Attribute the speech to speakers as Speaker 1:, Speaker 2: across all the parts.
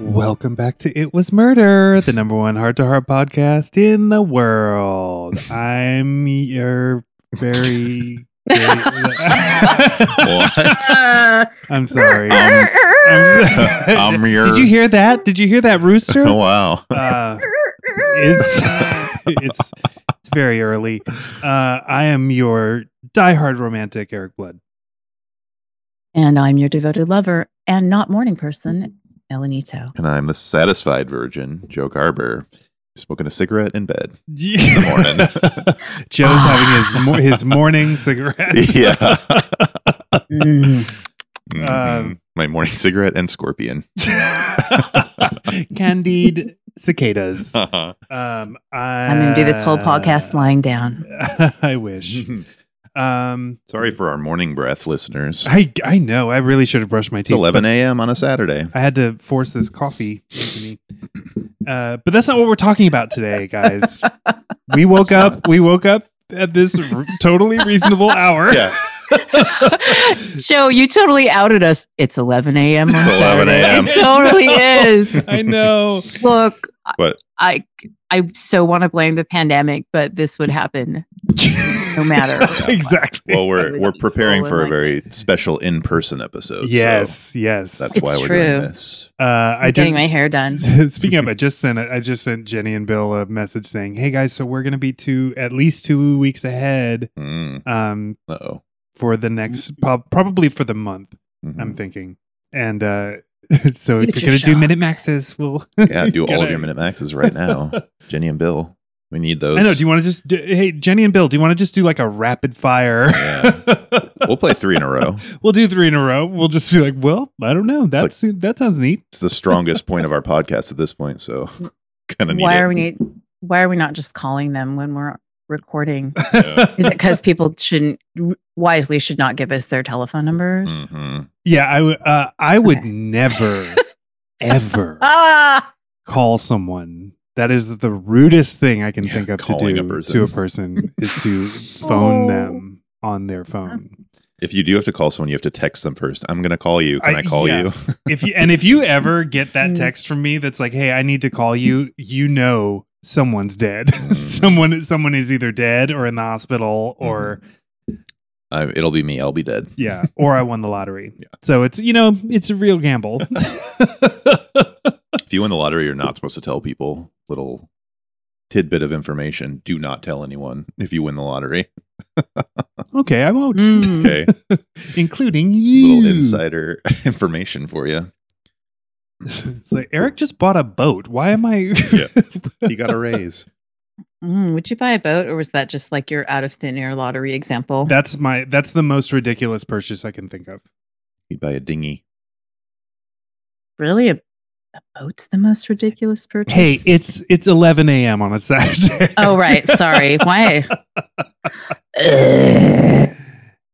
Speaker 1: Welcome back to It Was Murder, the number one heart to heart podcast in the world. I'm your very. very-
Speaker 2: What?
Speaker 3: Uh,
Speaker 1: I'm sorry.
Speaker 2: Um,
Speaker 1: I'm-
Speaker 2: I'm your. Oh,
Speaker 1: Did you hear that? Did you hear that rooster?
Speaker 2: Wow.
Speaker 1: Uh, it's it's it's very early. Uh, I am your diehard romantic, Eric Blood.
Speaker 3: and I'm your devoted lover and not morning person, Elenito.
Speaker 2: And I'm the satisfied virgin, Joe Garber, smoking a cigarette in bed.
Speaker 1: morning. Joe's having his mo- his morning cigarette.
Speaker 2: yeah.
Speaker 3: Mm.
Speaker 2: Mhm.
Speaker 1: Um,
Speaker 2: My morning cigarette and scorpion.
Speaker 1: Candid cicadas.
Speaker 2: Uh-huh.
Speaker 1: Um, I,
Speaker 3: I'm going to do this whole
Speaker 1: Uh.
Speaker 3: podcast lying down.
Speaker 1: I wish. Um,
Speaker 2: Sorry for our morning breath, listeners.
Speaker 1: I I know. I really should have brushed my
Speaker 2: It's
Speaker 1: teeth.
Speaker 2: 11 a.m. on a Saturday.
Speaker 1: I had to force this coffee into me. Uh, but that's not what we're talking about today, guys. we woke up. We woke up at this r- totally reasonable hour.
Speaker 2: Yeah.
Speaker 3: Joe, you totally outed us. It's 11 a.m. on
Speaker 2: It's 11
Speaker 3: Saturday.
Speaker 2: a.m..
Speaker 3: It totally
Speaker 1: No.
Speaker 3: is.
Speaker 1: I know.
Speaker 3: Look, I-
Speaker 2: What?
Speaker 3: I I so want to blame the pandemic, but this would happen no matter.
Speaker 1: exactly.
Speaker 2: Well, we're
Speaker 3: Everybody
Speaker 2: we're preparing
Speaker 3: rolling
Speaker 2: for a
Speaker 3: like
Speaker 2: very special in-person episode. so
Speaker 1: yes. yes.
Speaker 2: that's
Speaker 3: It's
Speaker 2: why we're doing
Speaker 3: true.
Speaker 2: this.
Speaker 1: uh, I
Speaker 3: I'm getting my
Speaker 1: didn't-
Speaker 3: hair done.
Speaker 1: Speaking of, I just sent a- I just sent Jenny and Bill a message saying, "Hey guys, so we're gonna be two at least two weeks ahead
Speaker 2: Mm,
Speaker 1: um,
Speaker 2: uh-oh.
Speaker 1: for the
Speaker 2: Mm-hmm.
Speaker 1: next prob- probably for the month.
Speaker 2: Mhm.
Speaker 1: I'm thinking, and uh, so
Speaker 3: Future
Speaker 1: if you're gonna do
Speaker 3: shock.
Speaker 1: minute maxes, we'll
Speaker 2: yeah, do all of
Speaker 1: Gonna-
Speaker 2: your minute maxes right now. Jenny and Bill, we need those.
Speaker 1: I know. Do you want to just do, hey Jenny and Bill? Do you want to just do like a rapid fire?
Speaker 2: we'll play three in a row.
Speaker 1: We'll do three in a row. We'll just be like, well, I don't know. That's that sounds neat.
Speaker 2: It's the strongest point of our podcast at this point, so kind of need
Speaker 3: Why
Speaker 2: it.
Speaker 3: are we need why are we not just calling them when we're recording? Is it because people shouldn't wisely should not give us their telephone numbers?
Speaker 2: Mhm.
Speaker 1: Yeah, I would. Uh, I would
Speaker 3: Okay.
Speaker 1: never, ever
Speaker 3: Ah,
Speaker 1: call someone. That is the rudest thing I can
Speaker 2: Yeah,
Speaker 1: think of to
Speaker 2: calling a
Speaker 1: do
Speaker 2: person.
Speaker 1: to a person is to phone
Speaker 3: Oh.
Speaker 1: them on their phone.
Speaker 2: If you do have to call someone, you have to text them first. I'm gonna call you. Can
Speaker 1: I-
Speaker 2: I, call
Speaker 1: yeah.
Speaker 2: you?
Speaker 1: If you and if you ever get that
Speaker 3: Mm.
Speaker 1: text from me that's like, "Hey, I need to call you," you know someone's dead.
Speaker 2: Mm.
Speaker 1: someone someone is either dead or in the hospital or
Speaker 2: Mm-hmm. I, it'll be me. I'll be dead.
Speaker 1: yeah, or I won the lottery.
Speaker 2: Yeah.
Speaker 1: So it's you know it's a real gamble.
Speaker 2: If you win the lottery, you're not supposed to tell people. Little tidbit of information: do not tell anyone if you win the lottery.
Speaker 1: okay, I won't,
Speaker 3: Mm.
Speaker 2: Okay,
Speaker 1: including you.
Speaker 2: little insider information for you.
Speaker 1: It's like Eric just bought a boat. Why am I?
Speaker 2: You got a raise.
Speaker 3: Mm, would you buy a boat, or was that just like your out of thin air lottery example?
Speaker 1: That's my. That's the most ridiculous purchase I can think of.
Speaker 2: You buy a dinghy.
Speaker 3: really a, a boat's the most ridiculous purchase.
Speaker 1: Hey, it's it's 11 a.m. on a Saturday.
Speaker 3: oh right, sorry. Why?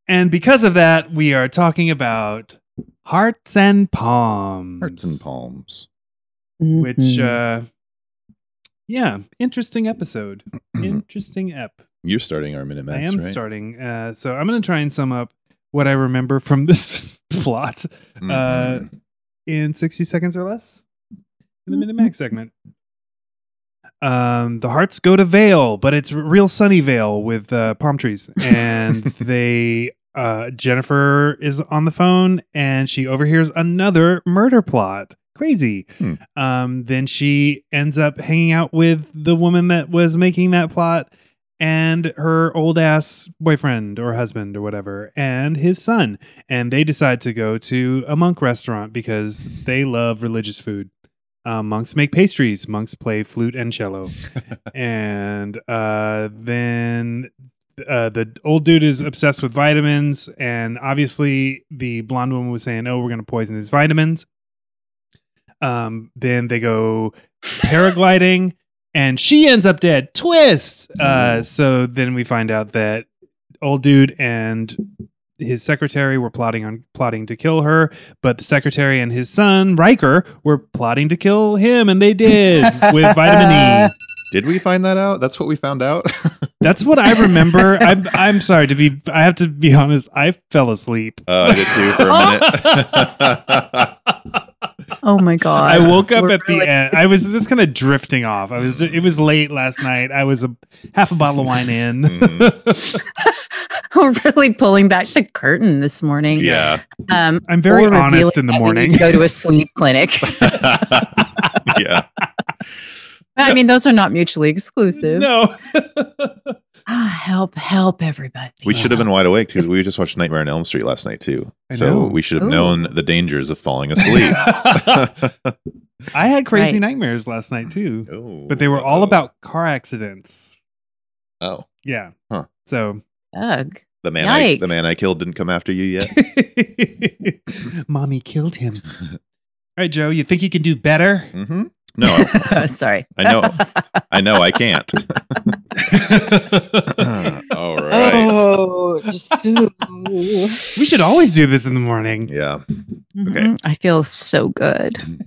Speaker 1: and because of that, we are talking about hearts and palms.
Speaker 2: Hearts and palms.
Speaker 1: Which, uh, yeah, interesting episode. Interesting ep.
Speaker 2: Mm-hmm. You're starting our minute
Speaker 1: I
Speaker 2: max,
Speaker 1: am
Speaker 2: right?
Speaker 1: starting. Uh, so I'm going to try and sum up what I remember from this plot
Speaker 2: Mhm.
Speaker 1: in 60 seconds or less in the Minute Max segment. Um, the hearts go to Vale, but it's real sunny Vale with uh, palm trees. And they, uh, Jennifer is on the phone and she overhears another murder plot. Crazy.
Speaker 2: Hmm.
Speaker 1: Um, then she ends up hanging out with the woman that was making that plot and her old ass boyfriend or husband or whatever and his son and they decide to go to a monk restaurant because they love religious food uh, monks make pastries monks play flute and cello and uh, then uh, the old dude is obsessed with vitamins and obviously the blonde woman was saying oh we're going to poison these vitamins um, then they go paragliding and she ends up dead. Twist. Uh, so then we find out that old dude and his secretary were plotting on plotting to kill her, but the secretary and his son Riker were plotting to kill him, and they did with vitamin E.
Speaker 2: Did we find that out? That's what we found out.
Speaker 1: That's what I remember. I'm I'm sorry to be. I have to be
Speaker 2: Uh,
Speaker 1: honest. I fell asleep.
Speaker 2: Oh, I did too for a minute.
Speaker 3: Mm-hmm.
Speaker 4: Oh my god!
Speaker 1: I woke up
Speaker 4: We're
Speaker 1: at the
Speaker 4: really-
Speaker 1: end. I was just kind of drifting off. I was. ju- it was late last night. I was a half a bottle of wine in.
Speaker 2: Mm,
Speaker 4: We're really pulling back the curtain this morning.
Speaker 2: yeah.
Speaker 4: Um,
Speaker 1: I'm very
Speaker 4: or revealing
Speaker 1: honest in the
Speaker 4: that we need
Speaker 1: morning.
Speaker 4: to go to a sleep clinic.
Speaker 2: yeah.
Speaker 4: I mean, those are not mutually exclusive.
Speaker 1: No.
Speaker 4: Ah, help! Help everybody!
Speaker 2: We should have been wide awake because we just watched Nightmare on Elm Street last night too.
Speaker 1: I
Speaker 2: So
Speaker 1: know.
Speaker 2: we should have
Speaker 4: Ooh.
Speaker 2: known the dangers of falling asleep.
Speaker 1: I had crazy
Speaker 4: Right.
Speaker 1: nightmares last night too,
Speaker 2: oh,
Speaker 1: but they were all about car accidents.
Speaker 2: Oh,
Speaker 1: Yeah.
Speaker 2: Huh.
Speaker 1: So
Speaker 4: Ugh.
Speaker 2: the man, I, the
Speaker 4: Yikes.
Speaker 2: man I killed didn't come after you yet.
Speaker 1: Mommy killed him. All right, Joe, you think you can do better?
Speaker 2: hmm No, I,
Speaker 4: Sorry.
Speaker 2: I know, I know, I can't. all right.
Speaker 4: Oh, just
Speaker 1: We should always do this in the morning.
Speaker 2: Yeah.
Speaker 4: Mhm. I feel so good.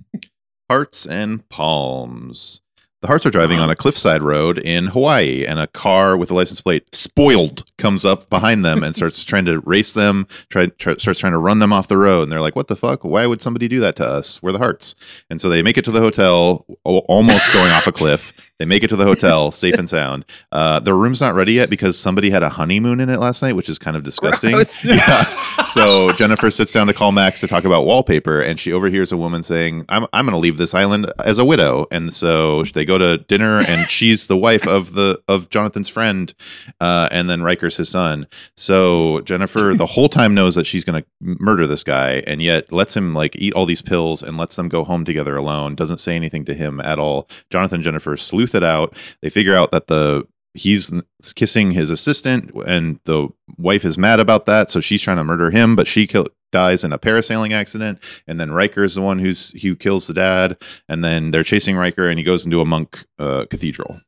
Speaker 2: Hearts and Palms. The Hearts are driving on a cliffside road in Hawaii, and a car with a license plate spoiled comes up behind them and starts trying to race them, try, try, starts trying to run them off the road. And they're like, What the fuck? Why would somebody do that to us? We're the Hearts. And so they make it to the hotel, al- almost going off a cliff. They make it to the hotel, safe and sound. Uh, their room's not ready yet because somebody had a honeymoon in it last night, which is kind of disgusting.
Speaker 4: Gross.
Speaker 2: Yeah. So Jennifer sits down to call Max to talk about wallpaper, and she overhears a woman saying, "I'm I'm going to leave this island as a widow." And so they go to dinner, and she's the wife of the of Jonathan's friend, uh, and then Riker's his son. So Jennifer the whole time knows that she's going to murder this guy, and yet lets him like eat all these pills and lets them go home together alone. Doesn't say anything to him at all. Jonathan and Jennifer sleuth it out. They figure out that the he's kissing his assistant and the wife is mad about that so she's trying to murder him but she kill, dies in a parasailing accident and then Riker is the one who's who kills the dad and then they're chasing Riker and he goes into a monk uh, cathedral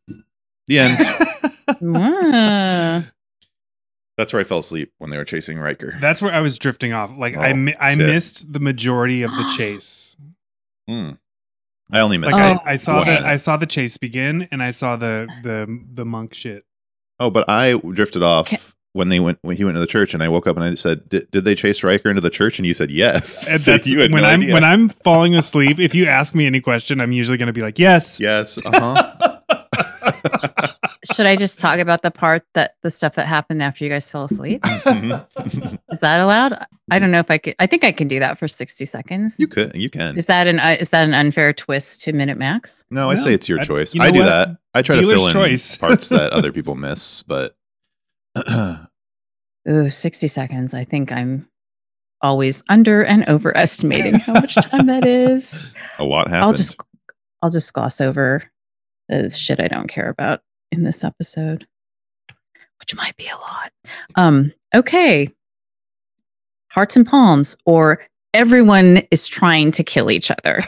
Speaker 2: the end
Speaker 4: Mm.
Speaker 2: that's where I fell asleep when they were chasing Riker
Speaker 1: That's where I was drifting off. Like I,
Speaker 2: Oh,
Speaker 1: mi- I
Speaker 2: shit.
Speaker 1: missed the majority of the chase.
Speaker 2: Hmm. I only
Speaker 1: Like
Speaker 2: missed
Speaker 4: Okay.
Speaker 2: it
Speaker 4: Oh,
Speaker 1: I, I saw
Speaker 2: okay.
Speaker 1: the I saw the chase begin, and I saw the the the monk shit.
Speaker 2: oh but I drifted off
Speaker 4: Okay.
Speaker 2: when they went when he went to the church and I woke up and I said did did they chase Riker into the church and you said yes
Speaker 1: And
Speaker 2: So
Speaker 1: that's
Speaker 2: you had
Speaker 1: when
Speaker 2: no
Speaker 1: I'm
Speaker 2: idea.
Speaker 1: when I'm falling asleep. if you ask me any question, I'm usually going to be like, "Yes."
Speaker 2: yes uh-huh
Speaker 4: Should I just talk about the part that the stuff that happened after you guys fell asleep?
Speaker 2: Mhm.
Speaker 4: Is that allowed? I don't know if I could. I think I can do that for sixty seconds.
Speaker 2: you could you can
Speaker 4: Is that an uh, is that an unfair twist to Minute Max?
Speaker 2: No, I
Speaker 1: No,
Speaker 2: say it's your
Speaker 1: I-
Speaker 2: choice.
Speaker 1: you know
Speaker 2: I do
Speaker 1: what?
Speaker 2: that. I try
Speaker 1: Dealer's
Speaker 2: to fill in
Speaker 1: choice.
Speaker 2: parts that other people miss, but
Speaker 4: Ooh, 60 seconds. I think I'm always under and overestimating how much time that is.
Speaker 2: a lot happened.
Speaker 4: I'll just I'll just gloss over the shit I don't care about in this episode, which might be a lot. Um, okay. Hearts and palms, or everyone is trying to kill each other.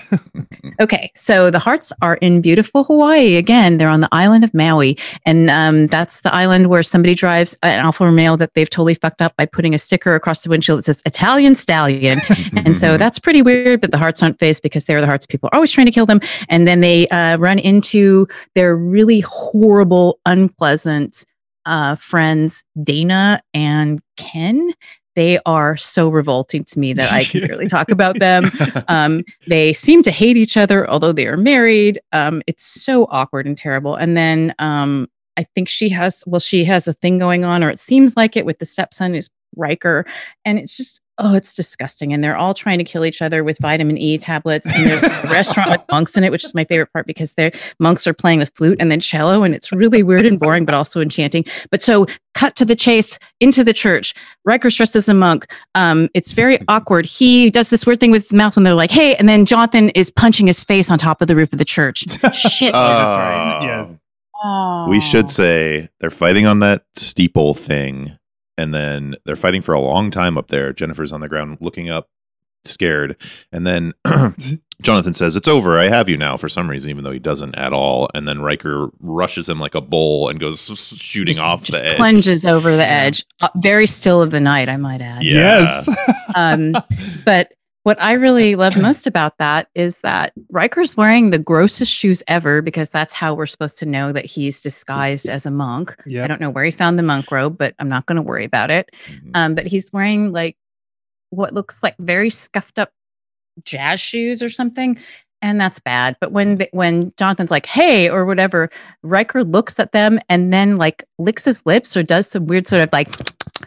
Speaker 4: Okay, so the hearts are in beautiful Hawaii again. They're on the island of Maui, and um, that's the island where somebody drives an Alfa Romeo that they've totally fucked up by putting a sticker across the windshield that says Italian Stallion. And
Speaker 2: Mm-hmm.
Speaker 4: so that's pretty weird, but the hearts aren't phased because they're the hearts. People are always trying to kill them. And then they uh, run into their really horrible, unpleasant uh, friends, Dana and Ken. They are so revolting to me that I can barely talk about them. Um, they seem to hate each other, although they are married. Um, it's so awkward and terrible. And then um, I think she has, well, she has a thing going on, or it seems like it, with the stepson who's Riker. And it's just, oh, it's disgusting. And they're all trying to kill each other with vitamin E tablets. And there's a restaurant with monks in it, which is my favorite part because they're monks are playing the flute and then cello. And it's really weird and boring, but also enchanting. But so cut to the chase into the church. Riker's dressed as a monk. Um, it's very awkward. He does this weird thing with his mouth when they're like, hey, and then Jonathan is punching his face on top of the roof of the church. Shit.
Speaker 1: Oh, that's right. Yes.
Speaker 2: Uh, We
Speaker 4: Um,
Speaker 2: should say they're fighting on that steeple thing, and then they're fighting for a long time up there. Jennifer's on the ground looking up, scared, and then Jonathan says, "It's over. I have you now." For some reason, even though he doesn't at all, and then Riker rushes him like a bull and goes s- s- shooting
Speaker 4: Just-
Speaker 2: off
Speaker 4: just
Speaker 2: the edge.
Speaker 4: plunges over the edge. Uh, very still of the night, I might add.
Speaker 2: Yeah.
Speaker 1: Yes.
Speaker 4: Um, but what I really love most about that is that Riker's wearing the grossest shoes ever because that's how we're supposed to know that he's disguised as a monk. I
Speaker 1: yeah.
Speaker 4: don't know where he found the monk robe, but I'm not going to worry about it.
Speaker 2: Mhm.
Speaker 4: Um, but he's wearing like what looks like very scuffed up jazz shoes or something. And that's bad. But when they, when Jonathan's like, "Hey," or whatever, Riker looks at them and then like licks his lips or does some weird sort of like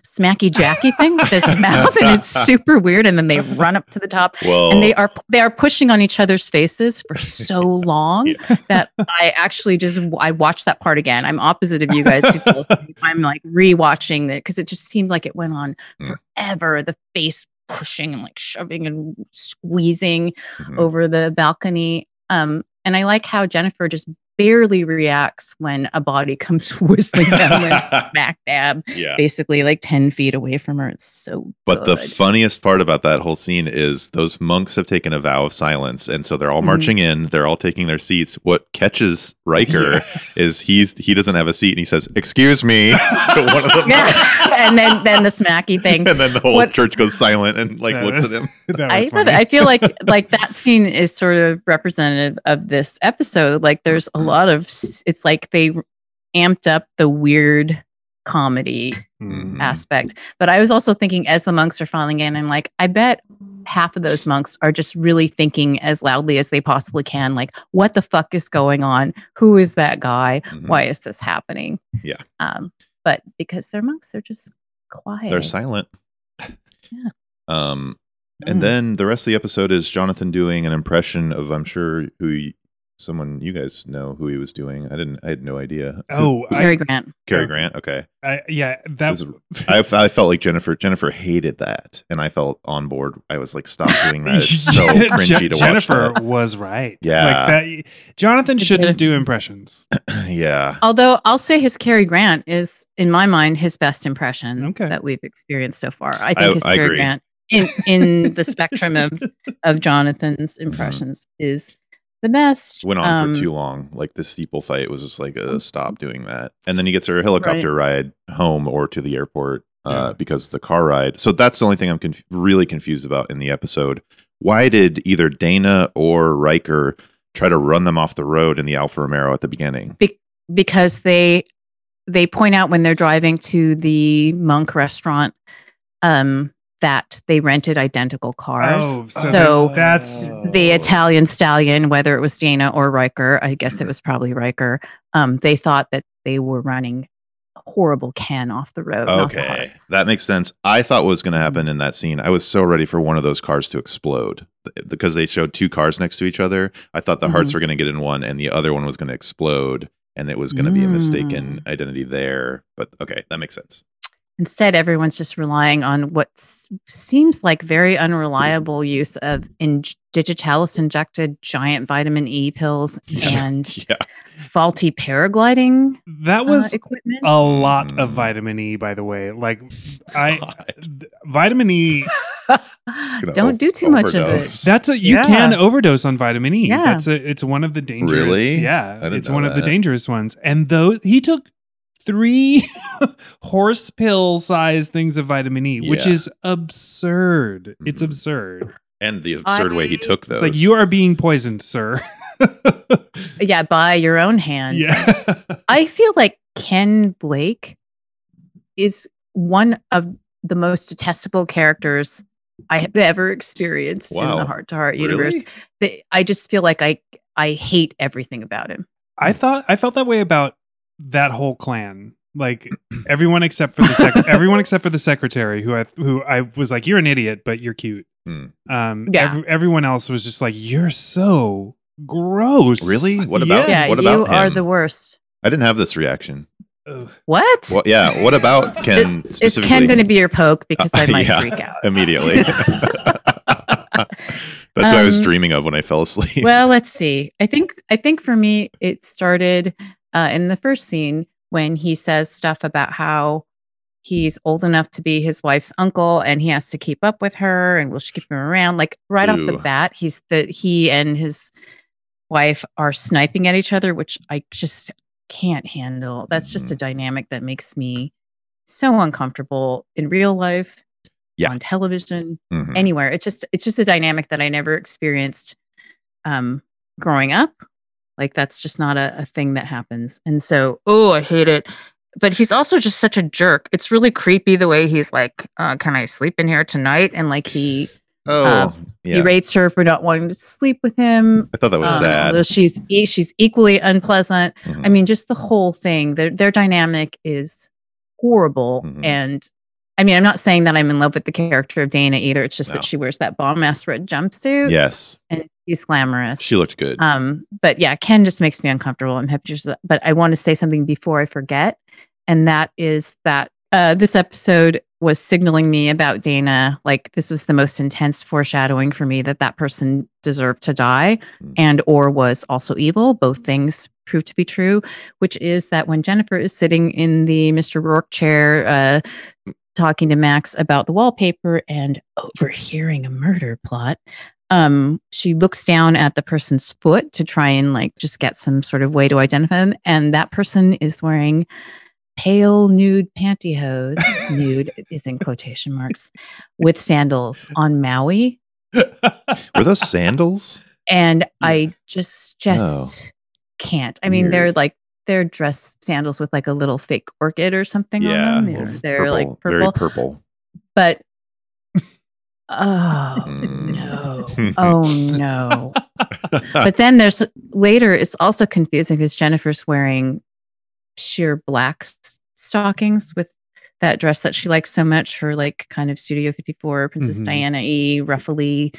Speaker 4: smacky jacky thing with his mouth, and it's super weird. And then they run up to the top,
Speaker 2: Well,
Speaker 4: and they are they are pushing on each other's faces for so long that I actually just I watched that part again. I'm opposite of you guys. Who both- I'm like rewatching it because it just seemed like it went on
Speaker 2: Mm.
Speaker 4: forever. The face pushing and like shoving and squeezing
Speaker 2: Mhm.
Speaker 4: over the balcony. Um, and I like how Jennifer just barely reacts when a body comes whistling down and smack dab,
Speaker 2: yeah.
Speaker 4: basically like ten feet away from her. It's so.
Speaker 2: But the
Speaker 4: good.
Speaker 2: funniest part about that whole scene is those monks have taken a vow of silence, and so they're all
Speaker 4: Mhm.
Speaker 2: marching in. They're all taking their seats. What catches Riker is he's he doesn't have a seat, and he says, "Excuse me" to one of them,
Speaker 4: yeah, and then then the smacky thing.
Speaker 2: and then the whole
Speaker 4: What-
Speaker 2: church goes silent and like
Speaker 1: Yeah.
Speaker 2: looks at him.
Speaker 1: That
Speaker 4: I
Speaker 1: was
Speaker 4: love it.
Speaker 1: funny.
Speaker 4: I feel like like that scene is sort of representative of this episode. Like there's
Speaker 1: Mm-hmm.
Speaker 4: a lot of s- it's like they amped up the weird comedy
Speaker 2: Mm-hmm.
Speaker 1: Mm.
Speaker 4: aspect. But I was also thinking as the monks are falling in, I'm like, I bet half of those monks are just really thinking as loudly as they possibly can, like, what the fuck is going on? Who is that guy?
Speaker 1: Mm-hmm.
Speaker 2: Mhm.
Speaker 4: Why is this happening?
Speaker 2: Yeah.
Speaker 4: Um, but because they're monks, they're just quiet.
Speaker 2: They're silent.
Speaker 4: Yeah.
Speaker 2: Um, and
Speaker 4: Mm.
Speaker 2: then the rest of the episode is Jonathan doing an impression of I'm sure who y- someone you guys know who he was doing. I didn't. I had no idea.
Speaker 1: Oh, I,
Speaker 4: Cary Grant.
Speaker 2: Cary Grant. Okay.
Speaker 1: I, yeah, that
Speaker 2: This I, f- I felt like Jennifer. Jennifer hated that, and I felt on board. I was like, "Stop doing that! It's so
Speaker 1: Je-
Speaker 2: cringy to watch."
Speaker 1: Jennifer was right.
Speaker 2: Yeah.
Speaker 1: like that. Jonathan
Speaker 4: But
Speaker 1: shouldn't
Speaker 4: Jennifer-
Speaker 1: do impressions.
Speaker 2: that. yeah,
Speaker 4: Although I'll say his Cary Grant is, in my mind, his best impression
Speaker 1: Okay.
Speaker 4: that we've experienced so far. I think his
Speaker 2: I
Speaker 4: Cary
Speaker 2: agree.
Speaker 4: Grant in, in the spectrum of, of Jonathan's impressions is the best.
Speaker 2: Mm-hmm. went on
Speaker 4: Um, Mm-hmm.
Speaker 2: for too long. Like the steeple fight was just like, uh, "Stop doing that!" And then he gets her a helicopter ride home or to the airport uh,
Speaker 1: Yeah.
Speaker 2: because the car ride. So that's the only thing I'm conf- really confused about in the episode. Why did either Dana or Riker try to run them off the road in the Alfa Romero at the beginning?
Speaker 4: because they they point out when they're driving to the monk restaurant um that they rented identical cars
Speaker 1: Oh, so,
Speaker 4: So-
Speaker 1: that- that's
Speaker 4: the
Speaker 2: Oh.
Speaker 4: italian stallion whether it was dana or riker i guess it was probably riker um they thought that they were running a horrible can off the road not the
Speaker 2: Okay,
Speaker 4: Harleys.
Speaker 2: that makes sense. I thought what was going to happen in that scene. I was so ready for one of those cars to explode Th- because they showed two cars next to each other. I thought the
Speaker 4: Mm-hmm.
Speaker 2: hearts were going to get in one, and the other one was going to explode, and it was going to be a mistaken
Speaker 4: Mm.
Speaker 2: identity there. But okay, that makes sense.
Speaker 4: instead everyone's just relying on what s- seems like very unreliable use of in- digitalis injected giant vitamin e pills and
Speaker 2: yeah,
Speaker 4: faulty paragliding
Speaker 1: that
Speaker 4: uh,
Speaker 1: was
Speaker 4: equipment.
Speaker 1: a lot of
Speaker 2: Mm.
Speaker 1: vitamin E, by the way. Like I,
Speaker 2: God.
Speaker 1: th- vitamin E.
Speaker 2: gonna
Speaker 4: Don't
Speaker 2: ov-
Speaker 4: do too much of it.
Speaker 2: overdose.
Speaker 1: That's a you
Speaker 4: Yeah.
Speaker 1: can overdose on vitamin E.
Speaker 4: Yeah.
Speaker 1: That's a it's one of the dangerous.
Speaker 2: Really? I
Speaker 1: Yeah,
Speaker 2: didn't
Speaker 1: it's
Speaker 2: know
Speaker 1: one of the
Speaker 2: that.
Speaker 1: dangerous ones. And though he took three horse pill sized things of vitamin E, which
Speaker 2: Yeah.
Speaker 1: is absurd. It's
Speaker 2: Mhm.
Speaker 1: absurd.
Speaker 2: and the absurd way he took those.
Speaker 1: It's like you are being poisoned, sir.
Speaker 4: yeah, by your own hand.
Speaker 1: yeah.
Speaker 4: I feel like Ken Blake is one of the most detestable characters I have ever experienced in
Speaker 2: Wow.
Speaker 4: the heart to heart
Speaker 2: Really?
Speaker 4: universe. They- I just feel like I I hate everything about him.
Speaker 1: I thought I felt that way about that whole clan. Like everyone except for the sec- everyone except for the secretary, who I who I was like, you're an idiot, but you're cute.
Speaker 2: Hmm.
Speaker 1: Um,
Speaker 4: Yeah.
Speaker 1: ev- everyone else was just like, you're so gross.
Speaker 2: Really? What about-
Speaker 4: Yeah,
Speaker 2: Oh, what
Speaker 4: you
Speaker 2: about
Speaker 4: are
Speaker 2: him?
Speaker 4: the worst.
Speaker 2: I didn't have this reaction.
Speaker 1: Ugh.
Speaker 4: What?
Speaker 2: Well, yeah. What about Ken
Speaker 4: Is
Speaker 2: specifically? Uh,
Speaker 4: Ken going to be your poke? Because I might
Speaker 2: yeah.
Speaker 4: freak out.
Speaker 2: immediately? That's what I was
Speaker 4: Um,
Speaker 2: dreaming of when I fell asleep.
Speaker 4: well let's see i think i think for me it started uh, in the first scene when he says stuff about how he's old enough to be his wife's uncle and he has to keep up with her and will she keep him around like right off the
Speaker 2: Ooh.
Speaker 4: bat he's the he and his wife are sniping at each other which i just can't handle that's just a dynamic that makes me so uncomfortable in real life
Speaker 2: Yeah.
Speaker 4: on television
Speaker 2: Mhm.
Speaker 4: anywhere. It's just it's just a dynamic that I never experienced um growing up. Like that's just not a, a thing that happens. And so, oh, I hate it. But he's also just such a jerk. It's really creepy the way he's like, uh, "Can I sleep in here tonight?" And like he
Speaker 2: Oh, yeah.
Speaker 4: He rates her for not wanting to sleep with him.
Speaker 2: I thought that was
Speaker 4: Um,
Speaker 2: sad.
Speaker 4: although She's e- she's equally unpleasant. I
Speaker 2: Mhm.
Speaker 4: mean, just the whole thing. Their their dynamic is horrible.
Speaker 2: Mhm.
Speaker 4: And I mean, I'm not saying that I'm in love with the character of Dana either. It's just
Speaker 2: No.
Speaker 4: that she wears that bomb ass red jumpsuit
Speaker 2: yes,
Speaker 4: and she's glamorous.
Speaker 2: she looked good.
Speaker 4: um, but yeah, Ken just makes me uncomfortable. I'm happy to just, but I want to say something before I forget, and that is that uh, this episode was signaling me about Dana. Like this was the most intense foreshadowing for me that that person deserved to die
Speaker 2: Mm.
Speaker 4: and or was also evil. Both things proved to be true, which is that when Jennifer is sitting in the Mr. Rourke chair, uh, talking to Max about the wallpaper and overhearing a murder plot, um, she looks down at the person's foot to try and like just get some sort of way to identify them. And that person is wearing pale nude pantyhose, nude is in quotation marks, with sandals on Maui.
Speaker 2: Were those sandals?
Speaker 4: And I just, just can't. I mean, they're
Speaker 2: Oh. Weird.
Speaker 4: like, they're dress sandals with like a little fake orchid or something
Speaker 2: Yeah,
Speaker 4: on them.
Speaker 2: well,
Speaker 4: They're,
Speaker 2: f-
Speaker 4: they're, like purple.
Speaker 2: very purple.
Speaker 4: But, oh, no.
Speaker 2: Mm.
Speaker 4: Oh, no. but then there's later it's also confusing because jennifer's wearing sheer black s- stockings with that dress that she likes so much her like kind of studio 54 princess
Speaker 1: Mhm.
Speaker 4: diana e ruffly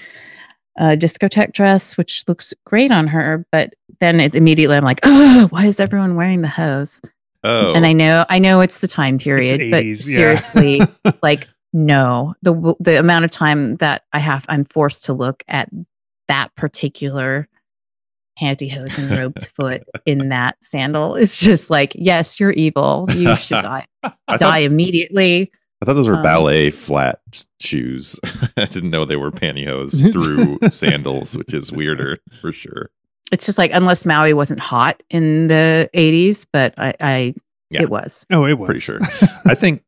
Speaker 4: uh, discotheque dress which looks great on her but then it immediately i'm like oh why is everyone wearing the hose
Speaker 2: oh,
Speaker 4: and i know i know it's the time period
Speaker 1: It's
Speaker 4: but
Speaker 1: 80s, yeah.
Speaker 4: seriously like no the w- the amount of time that i have i'm forced to look at that particular pantyhose and robed foot in that sandal it's just like yes you're evil you should die
Speaker 2: I
Speaker 4: die
Speaker 2: thought,
Speaker 4: immediately
Speaker 2: I thought those were
Speaker 4: um,
Speaker 2: ballet flat shoes. I didn't know they were pantyhose through sandals, which is weirder for sure.
Speaker 4: it's just like unless maui wasn't hot in the 80s but i i
Speaker 2: Yeah.
Speaker 4: it was
Speaker 1: oh, it was
Speaker 2: Pretty sure. I think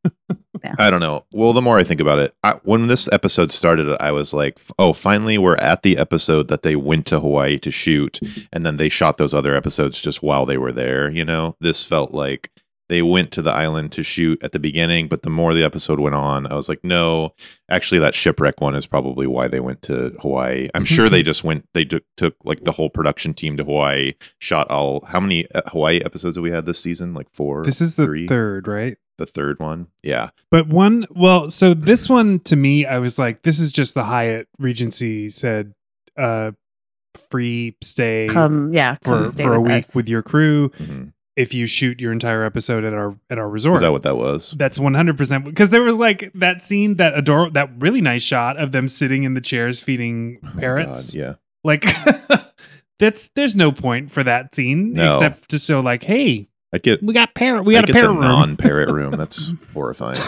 Speaker 4: Yeah.
Speaker 2: I don't know. Well, the more I think about it, I, when this episode started, I was like, "Oh, finally, we're at the episode that they went to Hawaii to shoot, and then they shot those other episodes just while they were there." You know, this felt like they went to the island to shoot at the beginning, but the more the episode went on, I was like, "No, actually, that shipwreck one is probably why they went to Hawaii." I'm sure they just went. They took, took like the whole production team to Hawaii, shot all. How many uh, Hawaii episodes have we had this season? Like four.
Speaker 1: This is the
Speaker 2: three?
Speaker 1: third, right?
Speaker 2: the third one. Yeah.
Speaker 1: But one, well, so this one to me, I was like, this is just the Hyatt Regency said, uh, free stay
Speaker 4: come yeah come
Speaker 1: for,
Speaker 4: stay
Speaker 1: for a
Speaker 4: with
Speaker 1: week
Speaker 4: us.
Speaker 1: with your crew
Speaker 2: Mhm.
Speaker 1: if you shoot your entire episode at our at our resort.
Speaker 2: Is that what that was?
Speaker 1: That's one hundred percent because there was like that scene that adorable that really nice shot of them sitting in the chairs feeding
Speaker 2: Oh,
Speaker 1: parrots.
Speaker 2: God, yeah.
Speaker 1: Like that's there's no point for that scene
Speaker 2: No.
Speaker 1: except to show like, hey,
Speaker 2: I get.
Speaker 1: we got parrot, we got
Speaker 2: I
Speaker 1: a
Speaker 2: get
Speaker 1: parrot
Speaker 2: the
Speaker 1: room.
Speaker 2: non-parrot room. That's horrifying.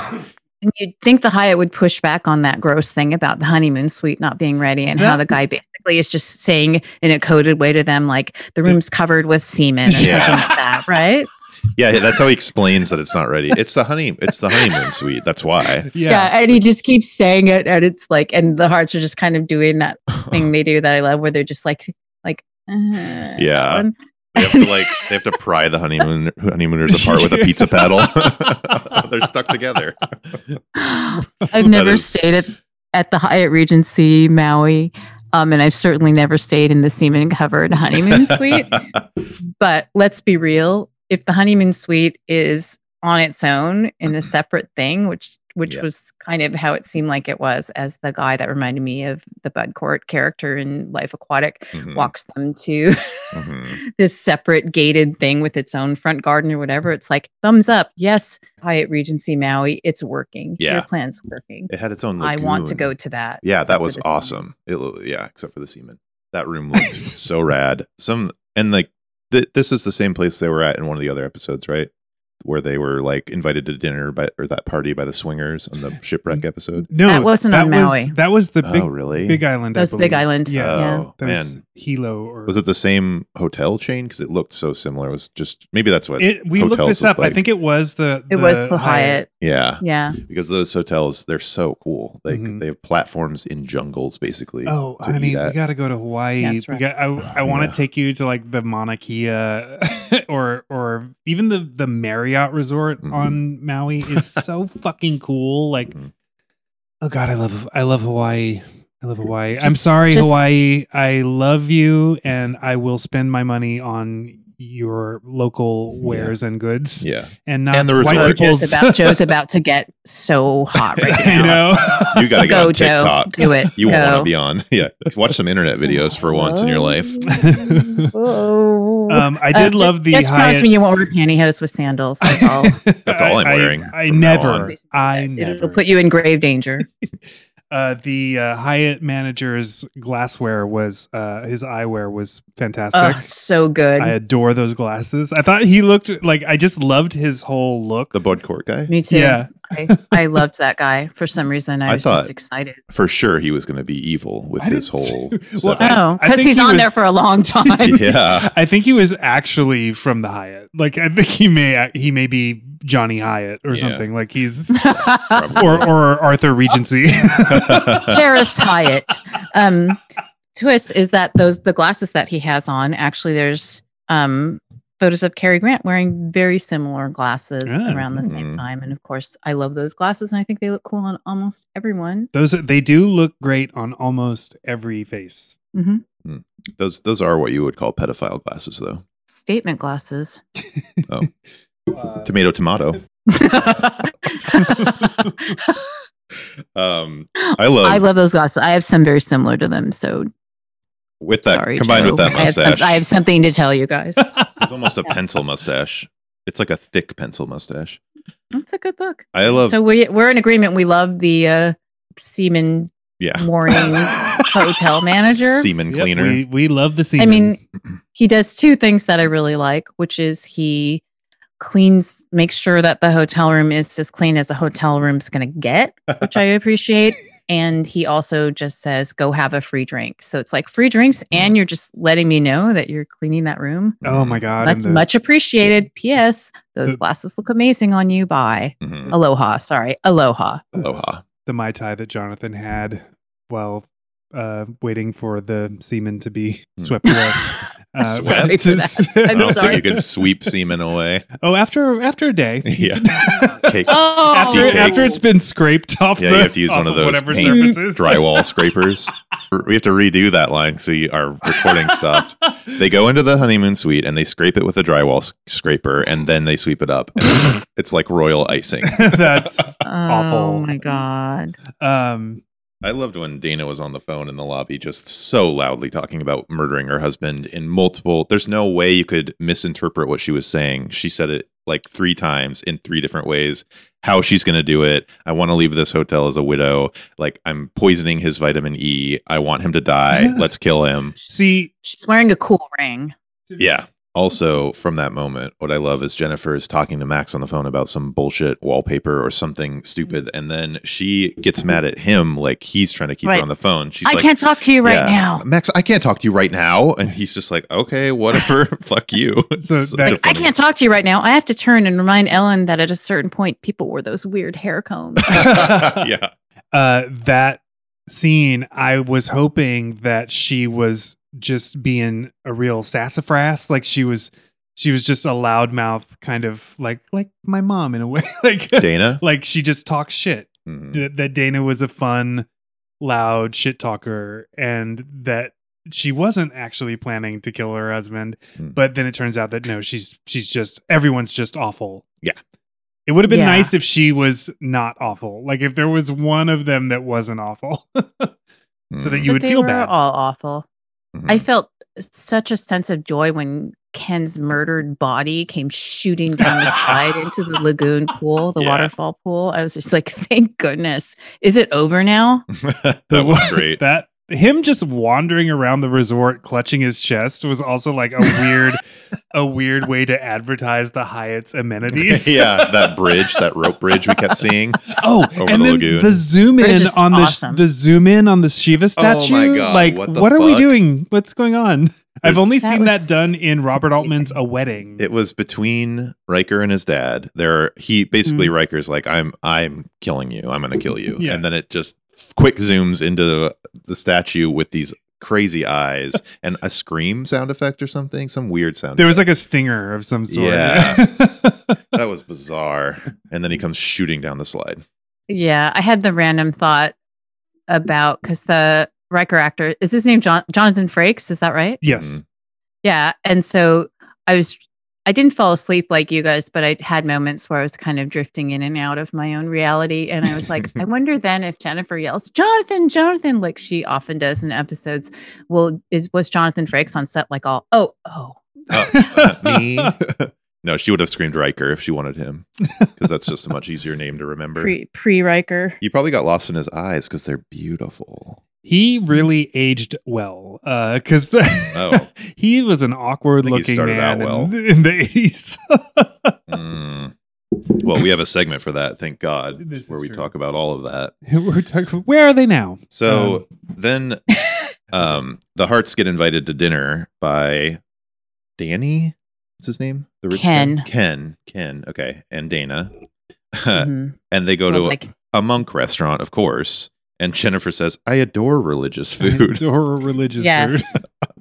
Speaker 4: And you'd think the Hyatt would push back on that gross thing about the honeymoon suite not being ready and how
Speaker 1: That-
Speaker 4: the guy basically is just saying in a coded way to them, like, the room's covered with semen or
Speaker 2: Yeah.
Speaker 4: something like that, right?
Speaker 2: Yeah, that's how he explains that it's not ready. It's the honey. It's the honeymoon suite. That's why.
Speaker 1: yeah.
Speaker 4: And he just keeps saying it. And it's like, and the hearts are just kind of doing that thing they do that I love where they're just like, like, uh,
Speaker 2: Yeah.
Speaker 4: one.
Speaker 2: They have to like. They have to pry the honeymoon honeymooners apart with a pizza paddle. They're stuck together.
Speaker 4: I've never
Speaker 2: is-
Speaker 4: stayed at at the Hyatt Regency Maui. Um, and I've certainly never stayed in the semen covered honeymoon suite. but let's be real. If the honeymoon suite is on its own in a separate thing, which which
Speaker 2: Mm-hmm. Yeah.
Speaker 4: was kind of how it seemed like it was, as the guy that reminded me of the Bud Court character in Life Aquatic
Speaker 2: Mhm,
Speaker 4: walks them to
Speaker 2: mhm.
Speaker 4: this separate gated thing with its own front garden or whatever, it's like thumbs up. Yes, Hyatt Regency Maui, it's working.
Speaker 2: Yeah.
Speaker 4: Your plan's working.
Speaker 2: It had its own.
Speaker 4: I want to
Speaker 2: lagoon.
Speaker 4: go to that.
Speaker 2: Yeah,
Speaker 4: except
Speaker 2: that
Speaker 4: for
Speaker 2: was
Speaker 4: the semen.
Speaker 2: awesome. It lo- yeah, except for the semen. That room looked so rad. Some and like th- this is the same place they were at in one of the other episodes, right? Where they were like invited to dinner by or that party by the swingers on the shipwreck episode.
Speaker 1: No,
Speaker 4: That wasn't on Maui.
Speaker 1: Was, that was the big
Speaker 2: oh, really?
Speaker 1: Big Island.
Speaker 4: That
Speaker 1: I
Speaker 4: was Big
Speaker 1: believe.
Speaker 4: Island.
Speaker 1: Yeah,
Speaker 4: Yeah.
Speaker 2: Oh,
Speaker 1: that was
Speaker 2: man.
Speaker 1: Hilo or
Speaker 2: Was it the same hotel chain? Because it looked so similar. It was just maybe that's what.
Speaker 1: It- we looked
Speaker 2: hotels
Speaker 1: this up.
Speaker 2: look
Speaker 1: I
Speaker 2: like?
Speaker 1: think it was the.
Speaker 4: It was for Hyatt.
Speaker 2: yeah,
Speaker 4: Yeah.
Speaker 2: because those hotels they're so cool. Like
Speaker 1: Mhm.
Speaker 2: they have platforms in jungles, basically.
Speaker 1: Oh,
Speaker 2: to
Speaker 1: I mean,
Speaker 2: eat
Speaker 1: we
Speaker 2: at.
Speaker 1: got to go to Hawaii.
Speaker 4: That's
Speaker 1: We
Speaker 4: right.
Speaker 1: got, I, I want to
Speaker 2: Yeah.
Speaker 1: take you to like the Mauna Kea or or even the the Marriott resort
Speaker 2: Mhm.
Speaker 1: on Maui is so fucking cool. Like,
Speaker 2: Mhm.
Speaker 1: oh god, I love I love Hawaii. I love Hawaii. I'm
Speaker 4: Just-
Speaker 1: sorry,
Speaker 4: just-
Speaker 1: Hawaii. I love you, and I will spend my money on your local wares and goods,
Speaker 2: Yeah.
Speaker 1: and not
Speaker 2: And the
Speaker 1: white
Speaker 2: resort.
Speaker 1: people's.
Speaker 4: Joe's about, Joe's about to get so hot right
Speaker 1: I
Speaker 4: now.
Speaker 1: know.
Speaker 2: You got to get
Speaker 4: Go,
Speaker 2: on
Speaker 4: Joe.
Speaker 2: TikTok.
Speaker 4: Do it.
Speaker 2: You
Speaker 4: Go.
Speaker 2: want to be on. Yeah. Watch some internet videos for once in your life.
Speaker 4: um,
Speaker 1: um, I
Speaker 4: Uh,
Speaker 1: did love the.
Speaker 4: Just promise
Speaker 1: Hyatt.
Speaker 4: me you won't wear pantyhose with sandals. That's all.
Speaker 2: That's all I'm
Speaker 1: I- I-
Speaker 2: wearing
Speaker 1: I,
Speaker 2: from now
Speaker 1: never.
Speaker 4: on.
Speaker 1: I never.
Speaker 4: It'll put you in grave danger.
Speaker 1: uh, the uh, Hyatt manager's glassware was uh, his eyewear was fantastic.
Speaker 4: Oh, so good.
Speaker 1: I adore those glasses. I thought he looked like I just loved his whole look.
Speaker 2: The Bud Court guy.
Speaker 4: me too.
Speaker 1: yeah,
Speaker 4: I, I loved that guy for some reason. I,
Speaker 2: I
Speaker 4: was
Speaker 2: thought-
Speaker 4: just excited.
Speaker 2: For sure, he was going to be evil with
Speaker 1: I did
Speaker 2: his whole.
Speaker 1: too. Well,
Speaker 2: setup.
Speaker 1: I-
Speaker 4: Oh,
Speaker 1: I
Speaker 4: because
Speaker 1: think
Speaker 4: he's
Speaker 1: he
Speaker 4: on
Speaker 1: was-
Speaker 4: there for a long time.
Speaker 2: yeah.
Speaker 1: I think he was actually from the Hyatt. Like I think he may he may be Johnny Hyatt or
Speaker 2: Yeah.
Speaker 1: something. Like he's
Speaker 2: Probably.
Speaker 1: or or Arthur Regency.
Speaker 4: Paris Hyatt. Um, twist is that those the glasses that he has on actually there's um photos of Cary Grant wearing very similar glasses
Speaker 1: Ah,
Speaker 4: around the same
Speaker 2: hmm.
Speaker 4: time, and of course I love those glasses, and I think they look cool on almost everyone.
Speaker 1: those they do look great on almost every face.
Speaker 2: Mm-hmm.
Speaker 4: hmm
Speaker 2: those those are what you would call pedophile glasses, though.
Speaker 4: Statement glasses.
Speaker 1: Uh,
Speaker 2: Tomato, tomato.
Speaker 4: I
Speaker 2: Um, I love.
Speaker 4: love those glasses. I have some very similar to them. So
Speaker 2: with that
Speaker 4: sorry,
Speaker 2: combined
Speaker 4: Joe.
Speaker 2: with that
Speaker 4: I have, some-
Speaker 2: mustache.
Speaker 4: I have something to tell you guys.
Speaker 2: It's almost a pencil mustache. It's like a thick pencil mustache.
Speaker 4: That's a good book.
Speaker 2: I love.
Speaker 4: So we we're in agreement. We love the uh, semen
Speaker 2: yeah.
Speaker 4: morning hotel manager.
Speaker 2: Semen
Speaker 1: Yep,
Speaker 2: cleaner.
Speaker 1: we, we love the semen.
Speaker 4: I mean, he does two things that I really like, which is he cleans, makes sure that the hotel room is as clean as a hotel room's going to get, which I appreciate. And he also just says, go have a free drink. So it's like free drinks,
Speaker 1: Mm.
Speaker 4: and you're just letting me know that you're cleaning that room.
Speaker 1: oh my god,
Speaker 4: Much,
Speaker 1: and the- Mm.
Speaker 4: much appreciated. P.S. Those
Speaker 1: The-
Speaker 4: glasses look amazing on you. Bye.
Speaker 2: Mhm.
Speaker 4: Aloha. Sorry. Aloha.
Speaker 2: Aloha.
Speaker 1: the mai tai that Jonathan had while uh, waiting for the semen to be
Speaker 2: Hmm.
Speaker 1: swept away. Uh,
Speaker 4: Sorry for that.
Speaker 2: I
Speaker 4: I'm
Speaker 2: don't
Speaker 4: sorry.
Speaker 2: think you can sweep semen away.
Speaker 1: Oh, after after a day.
Speaker 2: Yeah. Take
Speaker 4: Oh,
Speaker 1: after
Speaker 2: Cakes.
Speaker 1: after it's been scraped off.
Speaker 2: Yeah,
Speaker 1: the,
Speaker 2: you have to use
Speaker 1: off
Speaker 2: one of
Speaker 1: of
Speaker 2: those
Speaker 1: whatever
Speaker 2: paint
Speaker 1: surfaces.
Speaker 2: drywall scrapers. We have to redo that line so you, our recording stopped. They go into the honeymoon suite and they scrape it with a drywall s- scraper and then they sweep it up. And it's, it's like royal icing.
Speaker 1: That's
Speaker 4: Oh,
Speaker 1: awful. Mm.
Speaker 4: my God.
Speaker 1: um.
Speaker 2: I loved when Dana was on the phone in the lobby, just so loudly talking about murdering her husband in multiple. There's no way you could misinterpret what she was saying. She said it like three times in three different ways. How she's going to do it. I want to leave this hotel as a widow. Like, I'm poisoning his vitamin E. I want him to die. Let's kill him.
Speaker 1: See.
Speaker 4: She's wearing a cool ring.
Speaker 2: Yeah. Also, from that moment, what I love is Jennifer is talking to Max on the phone about some bullshit wallpaper or something stupid. And then she gets mad at him like he's trying to keep
Speaker 4: Right.
Speaker 2: her on the phone. She's
Speaker 4: I
Speaker 2: like,
Speaker 4: can't talk to you right
Speaker 2: Yeah.
Speaker 4: now.
Speaker 2: Max, I can't talk to you right now. And he's just like, okay, whatever. Fuck you. It's
Speaker 1: So
Speaker 2: such
Speaker 1: that-
Speaker 2: a
Speaker 1: Like,
Speaker 4: I
Speaker 2: funny-
Speaker 4: can't talk to you right now. I have to turn and remind Ellen that at a certain point, people wore those weird hair combs.
Speaker 2: yeah.
Speaker 1: Uh. That scene, I was hoping that she was just being a real sassafras, like she was. She was just a loudmouth kind of like like my mom in a way, like
Speaker 2: Dana.
Speaker 1: like she just talks shit.
Speaker 2: Mhm.
Speaker 1: that, that Dana was a fun, loud shit talker and that she wasn't actually planning to kill her husband.
Speaker 2: Hmm.
Speaker 1: But then it turns out that no, she's she's just everyone's just awful.
Speaker 2: Yeah.
Speaker 1: It would have been
Speaker 4: Yeah.
Speaker 1: nice if she was not awful. Like if there was one of them that wasn't awful. so that
Speaker 2: Mhm.
Speaker 1: you would
Speaker 4: they
Speaker 1: feel
Speaker 4: were
Speaker 1: bad.
Speaker 4: all awful.
Speaker 2: Mhm.
Speaker 4: I felt such a sense of joy when Ken's murdered body came shooting down the slide into the lagoon pool, the
Speaker 2: Yeah.
Speaker 4: waterfall pool. I was just like, thank goodness. Is it over now?
Speaker 2: that was
Speaker 1: one-
Speaker 2: great.
Speaker 1: That him just wandering around the resort clutching his chest was also like a weird a weird way to advertise the Hyatt's amenities.
Speaker 2: yeah. That bridge, that rope bridge we kept seeing.
Speaker 1: Oh,
Speaker 2: Over
Speaker 1: and
Speaker 2: the
Speaker 1: then
Speaker 2: lagoon. Oh
Speaker 1: the zoom
Speaker 4: Bridge
Speaker 1: in
Speaker 4: is
Speaker 1: on the
Speaker 4: awesome.
Speaker 1: the zoom in on the Shiva statue.
Speaker 2: God,
Speaker 1: like,
Speaker 2: what
Speaker 1: what,
Speaker 2: the
Speaker 1: are we
Speaker 2: fuck?
Speaker 1: doing? What's going on? I've
Speaker 2: There's-
Speaker 1: only
Speaker 4: That
Speaker 1: seen that
Speaker 4: was
Speaker 1: done in Robert Altman's
Speaker 4: amazing.
Speaker 1: A Wedding.
Speaker 2: Mm-hmm. It was between Riker and his dad. There, he basically Riker's like, "I'm, I'm killing you. I'm gonna kill you."
Speaker 1: Mm-hmm. Yeah.
Speaker 2: And then it just quick zooms into the, the statue with these crazy eyes and a scream sound effect or something, some weird sound.
Speaker 1: there was like a stinger of some sort.
Speaker 2: Yeah. that was bizarre. And then he comes shooting down the slide.
Speaker 4: Yeah, I had the random thought about because the Riker actor is his name John- Jonathan Frakes. Is that right?
Speaker 2: Mm.
Speaker 1: Yes.
Speaker 4: Yeah. And so I was, I didn't fall asleep like you guys, but I had moments where I was kind of drifting in and out of my own reality. And I was like, I wonder then if Jennifer yells, Jonathan, Jonathan, like she often does in episodes. Well, is was Jonathan Frakes on set like all, oh, oh.
Speaker 2: Uh, uh, me. No, she would have screamed Riker if she wanted him because that's just a much easier name to remember.
Speaker 3: Pre pre Riker.
Speaker 2: you probably got lost in his eyes because they're beautiful.
Speaker 1: He really aged well, because
Speaker 2: Oh.
Speaker 1: he was an
Speaker 2: I think he
Speaker 1: awkward-looking
Speaker 2: started out
Speaker 1: man in-
Speaker 2: well.
Speaker 1: in, the eighties.
Speaker 2: Mm. Well, we have a segment for that, thank God,
Speaker 1: This is
Speaker 2: where we
Speaker 1: true.
Speaker 2: talk about all of that.
Speaker 1: We're talking. Where are they now?
Speaker 2: So then um, the Hearts get invited to dinner by Danny. What's his name? The
Speaker 4: Ken.
Speaker 2: guy? Ken. Ken. Okay. And Dana.
Speaker 4: Mm-hmm.
Speaker 3: Mhm.
Speaker 2: and they go
Speaker 4: Well,
Speaker 2: to
Speaker 4: like,
Speaker 2: a monk restaurant, of course. And Jennifer says, I adore religious
Speaker 1: Um,
Speaker 2: food.
Speaker 1: or religious food.
Speaker 4: yes.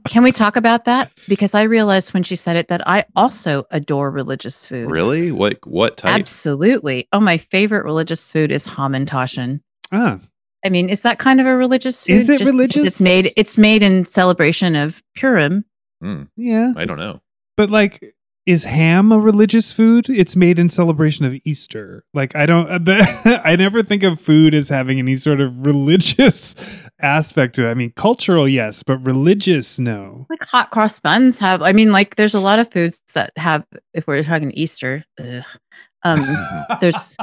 Speaker 4: Can we talk about that? Because I realized when she said it that I also adore religious food.
Speaker 2: really? What what type?
Speaker 4: Absolutely. Oh, my favorite religious food is hamantaschen.
Speaker 1: Ah,
Speaker 4: I mean, is that kind of a religious food?
Speaker 1: Is it
Speaker 4: because
Speaker 1: religious?
Speaker 4: It's made it's made in celebration of Purim.
Speaker 2: Hmm,
Speaker 1: yeah.
Speaker 2: I don't know.
Speaker 1: But like, is ham a religious food? It's made in celebration of Easter. Like, I don't. I never think of food as having any sort of religious aspect to it. I mean, cultural, yes, but religious, no.
Speaker 4: Like hot cross buns have. I mean, like there's a lot of foods that have. If we're talking Easter, ugh, um, there's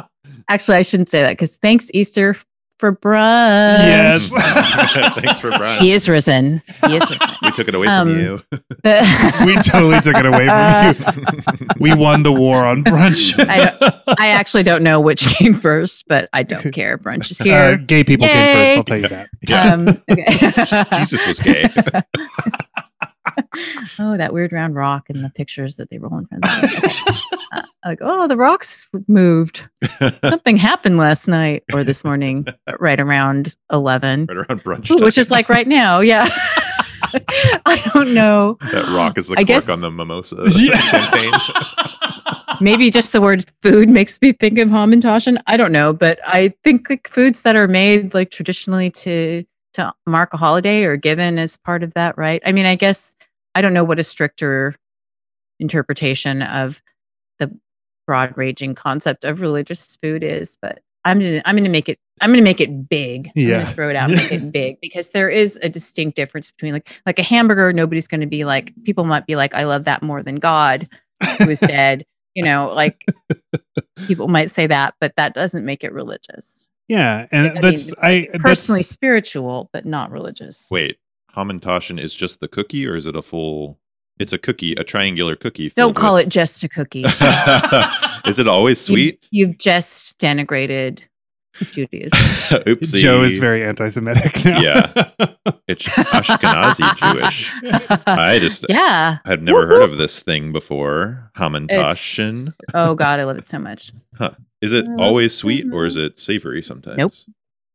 Speaker 4: actually I shouldn't say that because thanks Easter f- for brunch.
Speaker 1: Yes.
Speaker 2: Thanks for Brian.
Speaker 4: He is risen. He is risen.
Speaker 2: we took it away
Speaker 4: Um,
Speaker 2: from you.
Speaker 4: The-
Speaker 1: we totally took it away from you. We won the war on brunch.
Speaker 4: I I actually don't know which came first, but I don't care. Brunch is here.
Speaker 1: Uh, gay people came first.
Speaker 4: Yay.
Speaker 1: I'll tell you that.
Speaker 2: Yeah.
Speaker 4: Um, okay.
Speaker 2: Jesus was gay.
Speaker 4: oh, that weird round rock in the pictures that they roll in front of. me. Okay. Uh, like, oh, the rocks moved. Something happened last night or this morning, right around eleven,
Speaker 2: right around brunch.
Speaker 4: Ooh,
Speaker 2: time.
Speaker 4: which is like right now. Yeah, I don't know.
Speaker 2: that rock is the
Speaker 4: I
Speaker 2: cork
Speaker 4: guess-
Speaker 2: on the mimosa
Speaker 1: Yeah.
Speaker 2: champagne.
Speaker 4: Maybe just the word food makes me think of hamantaschen. I don't know, but I think like foods that are made like traditionally to to mark a holiday or given as part of that, right? I mean, I guess I don't know what a stricter interpretation of the broad ranging concept of religious food is, but I'm gonna, I'm going to make it I'm going to make it big. I'm
Speaker 1: Yeah.
Speaker 4: gonna throw it out and make it big because there is a distinct difference between like like a hamburger. Nobody's going to be like people might be like I love that more than God who is dead. You know, like people might say that, but that doesn't make it religious.
Speaker 1: Yeah,
Speaker 4: I
Speaker 1: and
Speaker 4: mean,
Speaker 1: that's I that's-
Speaker 4: Personally spiritual, but not religious.
Speaker 2: Wait, Hamantaschen is just the cookie, or is it a full? It's a cookie, a triangular cookie.
Speaker 4: Don't call it just a cookie.
Speaker 2: is it always sweet?
Speaker 4: You, have just denigrated Judaism.
Speaker 2: Oopsie.
Speaker 1: Joe is very anti-Semitic now.
Speaker 2: Yeah. It's Ashkenazi Jewish. I just
Speaker 4: yeah.
Speaker 2: I've never heard of this thing before. Hamantaschen.
Speaker 4: It's- oh God, I love it so much.
Speaker 2: Is it
Speaker 4: Uh,
Speaker 2: always sweet or is it savory sometimes?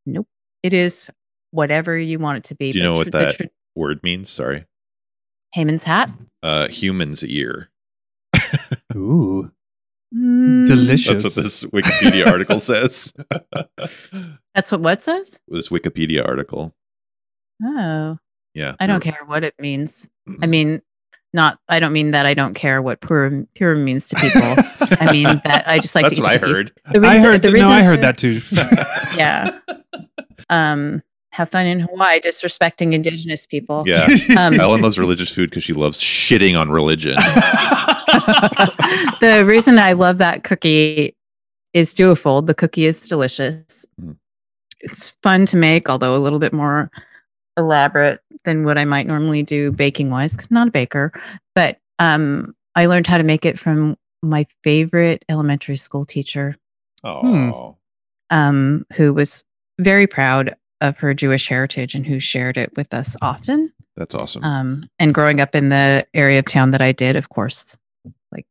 Speaker 4: Nope. It is whatever you want it to be.
Speaker 2: Do you
Speaker 4: but
Speaker 2: know what
Speaker 4: tr- the
Speaker 2: that-
Speaker 4: tr-
Speaker 2: Word means sorry.
Speaker 4: Haman's hat?
Speaker 2: Uh, human's ear.
Speaker 1: Ooh,
Speaker 4: Mm,
Speaker 1: delicious.
Speaker 2: That's what this Wikipedia article says.
Speaker 4: That's what what says?
Speaker 2: this Wikipedia article.
Speaker 4: Oh,
Speaker 2: Yeah.
Speaker 4: I don't
Speaker 2: you're-
Speaker 4: care what it means. I mean, not. I don't mean that. I don't care what Purim, Purim means to people. I mean that I just like
Speaker 2: That's
Speaker 4: to eat
Speaker 2: what I
Speaker 4: the piece.
Speaker 2: heard.
Speaker 4: The
Speaker 1: I
Speaker 4: reason,
Speaker 1: heard.
Speaker 4: the
Speaker 1: th-
Speaker 4: reason
Speaker 1: no, I heard
Speaker 4: for-
Speaker 1: that too.
Speaker 4: Yeah. Um, have fun in Hawaii disrespecting indigenous people.
Speaker 2: Yeah.
Speaker 4: Um,
Speaker 2: Ellen loves religious food because she loves shitting on religion.
Speaker 4: the reason I love that cookie is duofold. The cookie is delicious.
Speaker 2: Mhm.
Speaker 4: It's fun to make, although a little bit more elaborate than what I might normally do baking wise, 'cause I'm not a baker. But um, I learned how to make it from my favorite elementary school teacher.
Speaker 1: Hmm.
Speaker 2: Oh,
Speaker 4: um, who was very proud of her Jewish heritage and who shared it with us often.
Speaker 2: that's awesome.
Speaker 4: Um, and growing up in the area of town that I did, of course, like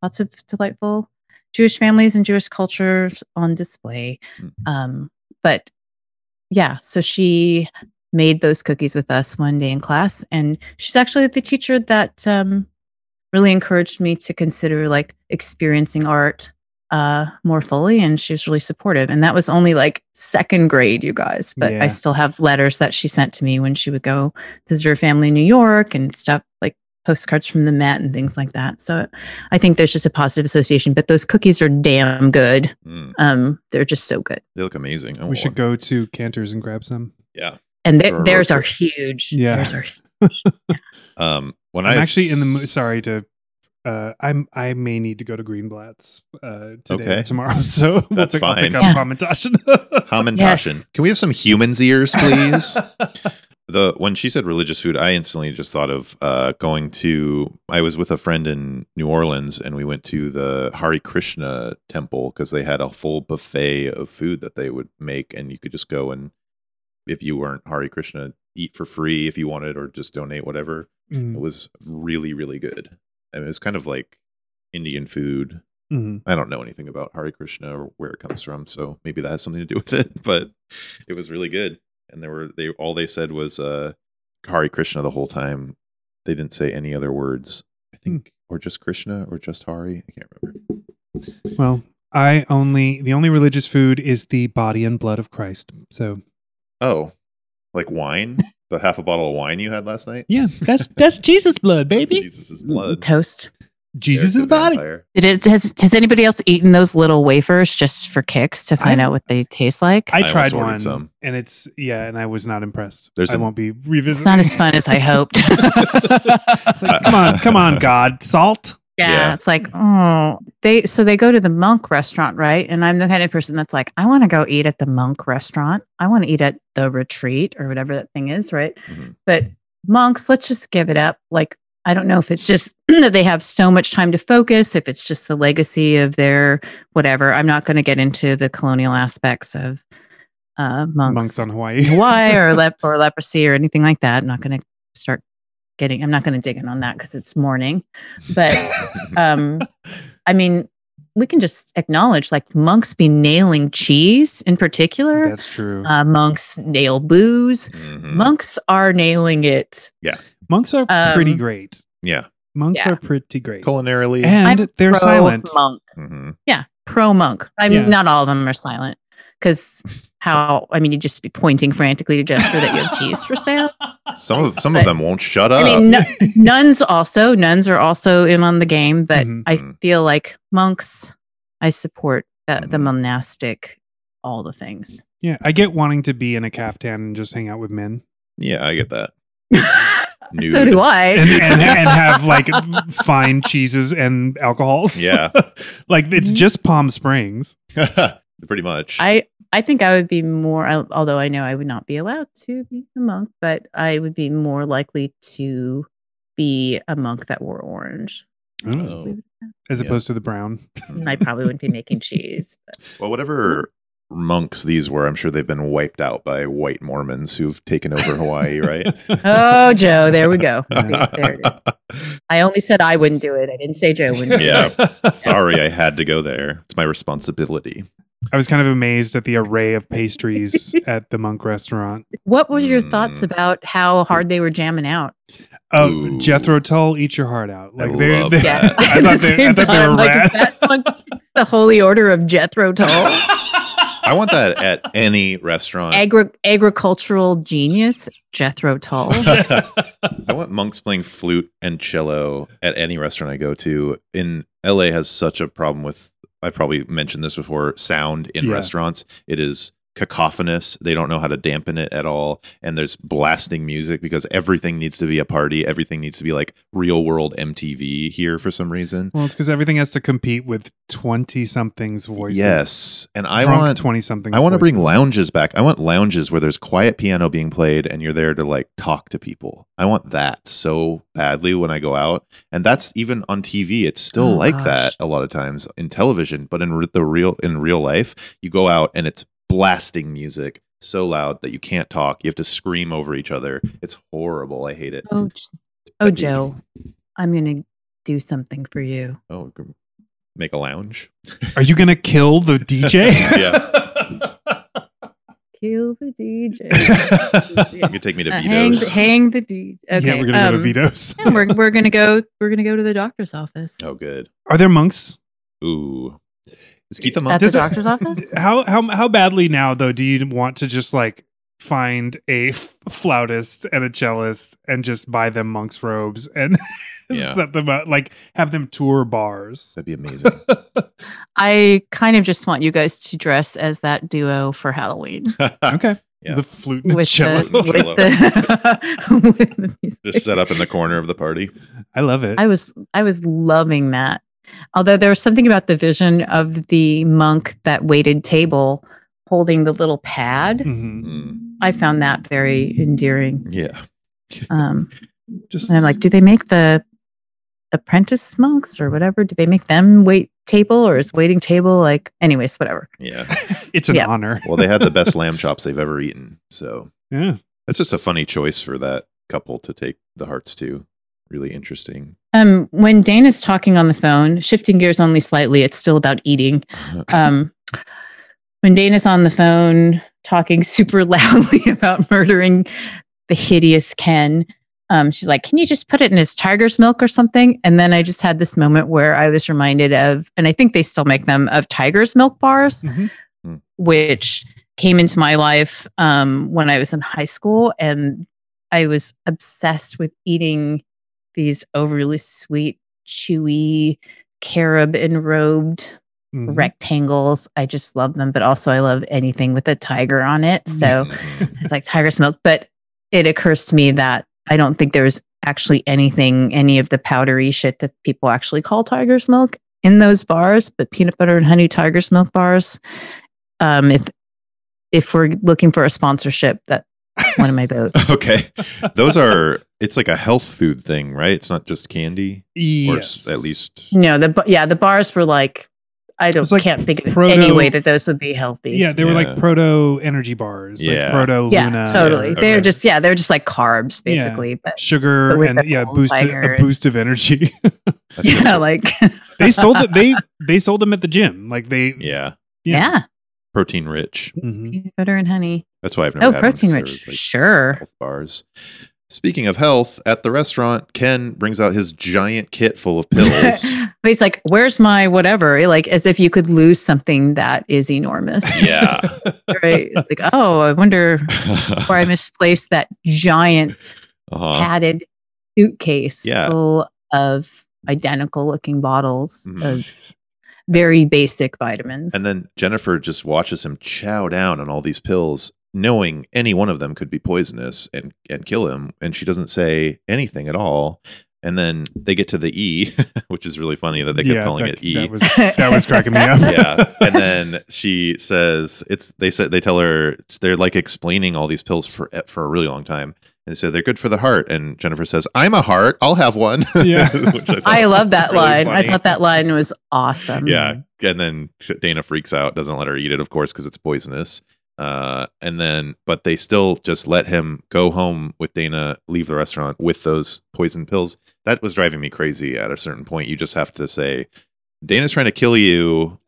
Speaker 4: lots of delightful Jewish families and Jewish cultures on display.
Speaker 2: Mm.
Speaker 4: Um, but yeah, so she made those cookies with us one day in class. And she's actually the teacher that um, really encouraged me to consider like experiencing art uh, more fully, and she was really supportive. And that was only like second grade, you guys. But
Speaker 1: Yeah.
Speaker 4: I still have letters that she sent to me when she would go visit her family in New York and stuff like postcards from the Met and things like that. So I think there's just a positive association. But those cookies are damn good.
Speaker 2: Mm,
Speaker 4: Um, they're just so good,
Speaker 2: they look amazing. I
Speaker 1: We
Speaker 2: want
Speaker 1: should
Speaker 2: one.
Speaker 1: go to Cantor's and grab some.
Speaker 2: Yeah.
Speaker 4: and they,
Speaker 2: Or a
Speaker 4: theirs
Speaker 2: roaster.
Speaker 4: are huge.
Speaker 1: Yeah.
Speaker 4: theirs are
Speaker 2: Um, when
Speaker 1: I'm
Speaker 2: I
Speaker 1: actually in the mood.
Speaker 2: s-
Speaker 1: Sorry to. Uh, I'm. I may need to go to Greenblatt's uh, today or
Speaker 2: Okay.
Speaker 1: tomorrow. So we'll
Speaker 2: That's
Speaker 1: pick- I'll pick
Speaker 2: fine.
Speaker 1: up
Speaker 4: Yeah.
Speaker 1: Hamantaschen.
Speaker 2: Hamantaschen.
Speaker 4: Yes.
Speaker 2: Can we have some humans ears, please? the when she said religious food, I instantly just thought of uh, going to. I was with a friend in New Orleans, and we went to the Hari Krishna temple because they had a full buffet of food that they would make, and you could just go and if you weren't Hari Krishna, eat for free if you wanted, or just donate whatever. It
Speaker 1: Mm,
Speaker 2: was really, really good. I mean, it was kind of like Indian food.
Speaker 1: mhm.
Speaker 2: I don't know anything about Hare Krishna or where it comes from, so maybe that has something to do with it. But it was really good, and there were they all they said was uh, Hare Krishna the whole time. They didn't say any other words,
Speaker 1: Hmm.
Speaker 2: I think, or just Krishna or just Hari. I can't remember.
Speaker 1: Well, I only the only religious food is the body and blood of Christ. So
Speaker 2: Oh, like wine, the half a bottle of wine you had last night.
Speaker 1: yeah, that's that's Jesus blood,
Speaker 2: That's Jesus's blood,
Speaker 4: toast.
Speaker 2: There's
Speaker 1: Jesus'
Speaker 2: the
Speaker 1: body.
Speaker 2: vampire.
Speaker 4: It is, has has anybody else eaten those little wafers just for kicks to find
Speaker 1: I've-
Speaker 4: out what they taste like?
Speaker 1: I
Speaker 2: I
Speaker 1: tried
Speaker 2: almost ordered
Speaker 1: one,
Speaker 2: some.
Speaker 1: and it's yeah, and I was not impressed.
Speaker 2: There's
Speaker 1: I
Speaker 2: an-
Speaker 1: won't be
Speaker 4: it's
Speaker 1: revisiting.
Speaker 4: not as fun as I hoped.
Speaker 1: It's like, come on, come on, God, salt.
Speaker 4: Yeah,
Speaker 2: Yeah.
Speaker 4: it's like, oh, they so they go to the monk restaurant, right? And I'm the kind of person that's like, I want to go eat at the monk restaurant. I want to eat at the retreat or whatever that thing is, right?
Speaker 2: Mhm.
Speaker 4: But monks, let's just give it up. Like, I don't know if it's just that they have so much time to focus, if it's just the legacy of their whatever. I'm not going to get into the colonial aspects of uh, monks,
Speaker 1: Monks on Hawaii.
Speaker 4: Hawaii or lep- or leprosy or anything like that. I'm not going to start getting. I'm not going to dig in on that because it's morning. But um, I mean, we can just acknowledge like monks be nailing cheese in particular.
Speaker 1: That's true. Mm.
Speaker 4: Uh, monks nail booze.
Speaker 2: Mhm.
Speaker 4: Monks are nailing it.
Speaker 1: Monks are
Speaker 4: um,
Speaker 1: pretty great.
Speaker 2: Yeah,
Speaker 1: Monks
Speaker 4: yeah.
Speaker 1: are pretty great.
Speaker 2: culinarily.
Speaker 1: And they're
Speaker 4: Pro
Speaker 1: silent.
Speaker 4: monk.
Speaker 2: Mhm.
Speaker 4: Pro monk. I mean,
Speaker 1: Yeah.
Speaker 4: not all of them are silent because how? I mean, you'd just be pointing frantically to gesture that you have cheese for sale.
Speaker 2: Some of some
Speaker 4: But-
Speaker 2: of them won't shut up.
Speaker 4: I mean,
Speaker 1: Uh.
Speaker 4: nu- nuns also nuns are also in on the game, but
Speaker 1: Mhm.
Speaker 4: I feel like monks. I support the, the
Speaker 2: Mhm.
Speaker 1: Mm-hmm.
Speaker 4: monastic, all the things.
Speaker 1: Yeah, I get wanting to be in a caftan and just hang out with men
Speaker 2: yeah, I get that.
Speaker 4: so
Speaker 2: Nude.
Speaker 4: do I.
Speaker 1: and, and, and have like fine cheeses and alcohols.
Speaker 2: Yeah.
Speaker 1: like it's
Speaker 4: Mm-hmm.
Speaker 1: just Palm Springs.
Speaker 2: Pretty much.
Speaker 4: I I think I would be more, al- although I know I would not be allowed to be a monk, but I would be more likely to be a monk that wore orange. Just
Speaker 2: Oh.
Speaker 4: leave it at
Speaker 1: As
Speaker 2: Yeah.
Speaker 1: opposed to the brown.
Speaker 4: that. And I probably wouldn't be making cheese. but-
Speaker 2: Well, whatever monks these were, I'm sure they've been wiped out by white Mormons who've taken over Hawaii, right?
Speaker 4: Oh, Joe, there we go. See, there it is. I only said I wouldn't do it. I didn't say Joe wouldn't. do it.
Speaker 2: Yeah. Sorry, I had to go there. It's my responsibility.
Speaker 1: I was kind of amazed at the array of pastries at the monk restaurant.
Speaker 4: What were your thoughts
Speaker 1: Hmm.
Speaker 2: Mm.
Speaker 4: about how hard they were jamming out?
Speaker 1: Oh,
Speaker 2: Ooh.
Speaker 1: Jethro Tull, eat your heart out. Like
Speaker 2: I
Speaker 1: they,
Speaker 2: love
Speaker 1: they-
Speaker 2: that.
Speaker 4: Yeah,
Speaker 1: I thought
Speaker 4: At the
Speaker 1: they, I
Speaker 4: same
Speaker 1: thought they
Speaker 4: time,
Speaker 1: were
Speaker 4: like, is
Speaker 1: rad.
Speaker 4: that monk- it's the holy order of Jethro Tull,
Speaker 2: Oh. I want that at any restaurant.
Speaker 4: Agri- agricultural genius Jethro Tull.
Speaker 2: I want monks playing flute and cello at any restaurant I go to. In LA has such a problem with I've probably mentioned this before, sound in
Speaker 1: Yeah.
Speaker 2: restaurants. It is cacophonous. They don't know how to dampen it at all. And there's blasting music because everything needs to be a party. Everything needs to be like real world MTV here for some reason.
Speaker 1: Well, it's because everything has to compete with 20 somethings voices.
Speaker 2: Yes. And I
Speaker 1: Drunk
Speaker 2: want
Speaker 1: 20 something.
Speaker 2: I want to bring lounges back. I want lounges where there's quiet piano being played and you're there to like talk to people. I want that so badly when I go out. And that's even on TV. It's still
Speaker 4: Oh,
Speaker 2: like
Speaker 4: gosh.
Speaker 2: that a lot of times in television, but in re- the real in real life, you go out and it's blasting music so loud that you can't talk. You have to scream over each other. It's horrible. I hate it.
Speaker 4: Oh, J- oh, Joe, I'm gonna do something for you.
Speaker 2: Oh, gr- make a lounge.
Speaker 1: Are you going to kill the DJ?
Speaker 4: Kill the DJ.
Speaker 2: You can take me to
Speaker 4: Uh, hang,
Speaker 2: Vito's.
Speaker 4: hang the DJ. Okay,
Speaker 1: yeah, we're going to go to
Speaker 4: um,
Speaker 1: Vito's.
Speaker 4: yeah, we're we're gonna go. We're gonna go to the doctor's office.
Speaker 2: oh, good.
Speaker 1: Are there monks?
Speaker 2: Ooh. Is Keith a
Speaker 4: at
Speaker 2: monk?
Speaker 4: the
Speaker 1: Does it-
Speaker 4: doctor's office.
Speaker 1: How how how badly now though do you want to just like find a f- flautist and a cellist and just buy them monks robes and
Speaker 2: Yeah.
Speaker 1: set them up like have them tour bars?
Speaker 2: That'd be amazing.
Speaker 4: I kind of just want you guys to dress as that duo for Halloween
Speaker 1: okay.
Speaker 2: Yeah.
Speaker 1: The flute and
Speaker 4: with
Speaker 1: cello.
Speaker 4: the, with the, with the music.
Speaker 2: Just set up in the corner of the party.
Speaker 1: I love it.
Speaker 4: I was I was loving that. Although there was something about the vision of the monk that waited table holding the little pad.
Speaker 1: Mhm.
Speaker 2: Mm,
Speaker 4: I found that very endearing.
Speaker 2: yeah.
Speaker 4: Um,
Speaker 2: Just
Speaker 4: and I'm like, do they make the apprentice monks or whatever? Do they make them wait table or is waiting table like anyways, whatever.
Speaker 2: yeah.
Speaker 1: It's an
Speaker 4: Yeah.
Speaker 1: honor.
Speaker 2: Well, they had the best lamb chops they've ever eaten. So
Speaker 1: Yeah.
Speaker 2: that's just a funny choice for that couple to take the hearts to. Really interesting.
Speaker 4: Um, when Dana's talking on the phone, shifting gears only slightly, it's still about eating. um, when Dana's on the phone talking super loudly about murdering the hideous Ken, um, she's like, "Can you just put it in his tiger's milk or something?" And then I just had this moment where I was reminded of, and I think they still make them of tiger's milk bars,
Speaker 1: Mhm.
Speaker 2: Mm.
Speaker 4: which came into my life um, when I was in high school, and I was obsessed with eating these overly sweet, chewy carob enrobed
Speaker 1: Mhm.
Speaker 4: rectangles. I just love them, but also I love anything with a tiger on it.
Speaker 1: Mm-hmm.
Speaker 4: So
Speaker 2: Mhm.
Speaker 4: it's like tiger smoke. But it occurs to me that I don't think there was actually anything, any of the powdery shit that people actually call tiger's milk in those bars, but peanut butter and honey tiger's milk bars. Um, if if we're looking for a sponsorship, that's one of my votes.
Speaker 2: okay. Those are, it's like a health food thing, right? It's not just candy, or
Speaker 1: Yes.
Speaker 2: s- at least.
Speaker 4: No, the ba- yeah, the bars were like I don't
Speaker 1: was like
Speaker 4: can't think of
Speaker 1: proto-
Speaker 4: any way that those would be healthy.
Speaker 1: Yeah, they were like
Speaker 2: Yeah.
Speaker 1: proto energy bars.
Speaker 2: Yeah.
Speaker 1: Like proto
Speaker 4: Yeah,
Speaker 1: Luna.
Speaker 4: totally.
Speaker 1: or-
Speaker 4: They're
Speaker 1: Okay.
Speaker 4: just yeah, they're just like carbs
Speaker 1: Yeah.
Speaker 4: basically, but
Speaker 1: sugar
Speaker 4: but with
Speaker 1: and
Speaker 4: the
Speaker 1: yeah,
Speaker 4: gold
Speaker 1: boost
Speaker 4: tiger
Speaker 1: a
Speaker 4: and-
Speaker 1: boost of energy.
Speaker 2: That feels
Speaker 4: yeah,
Speaker 2: like-
Speaker 4: like
Speaker 1: they sold it. They they sold them at the gym. Like they
Speaker 2: yeah.
Speaker 4: yeah,
Speaker 2: Protein rich.
Speaker 1: Mhm.
Speaker 4: peanut butter and honey.
Speaker 2: That's why I've never
Speaker 4: Oh,
Speaker 2: had them, 'cause
Speaker 4: protein
Speaker 2: there
Speaker 4: rich,
Speaker 2: was, like,
Speaker 4: sure.
Speaker 2: health bars. Speaking of health, at the restaurant, Ken brings out his giant kit full of pills.
Speaker 4: But he's like, "Where's my whatever?" Like as if you could lose something that is enormous,
Speaker 2: yeah.
Speaker 4: right? It's like, oh, I wonder where I misplaced that giant
Speaker 2: Uh-huh.
Speaker 4: padded suitcase
Speaker 2: Yeah.
Speaker 4: full of identical looking bottles
Speaker 2: Mhm.
Speaker 4: of very basic vitamins.
Speaker 2: And then Jennifer just watches him chow down on all these pills, knowing any one of them could be poisonous and, and kill him. And she doesn't say anything at all. And then they get to the E, which is really funny that they kept
Speaker 1: yeah,
Speaker 2: calling
Speaker 1: that,
Speaker 2: it E.
Speaker 1: That was that was cracking me up.
Speaker 2: yeah and then she says it's they said they tell her they're like explaining all these pills for eh, for a really long time and so they're good for the heart and jennifer says i'm a heart i'll have one
Speaker 1: Yeah.
Speaker 2: Which thought
Speaker 4: I
Speaker 2: was
Speaker 4: love that
Speaker 2: really
Speaker 4: line.
Speaker 2: funny.
Speaker 4: I thought that line was awesome.
Speaker 2: yeah and then dana freaks out doesn't let her eat it of course because it's poisonous uh and then but they still just let him go home with dana leave the restaurant with those poison pills that was driving me crazy at a certain point you just have to say dana's trying to kill you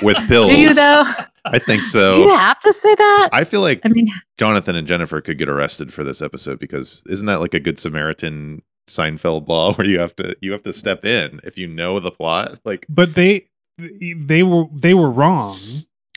Speaker 2: with pills
Speaker 4: Do you though?
Speaker 2: I
Speaker 4: Do
Speaker 2: think
Speaker 4: you
Speaker 2: so.
Speaker 4: have to say that? I,
Speaker 2: I feel like
Speaker 4: mean,
Speaker 2: Jonathan and Jennifer could get arrested for this episode because isn't that like a good Samaritan Seinfeld law where you have to you have to step in if you know the plot? Like
Speaker 1: But they they were they were wrong.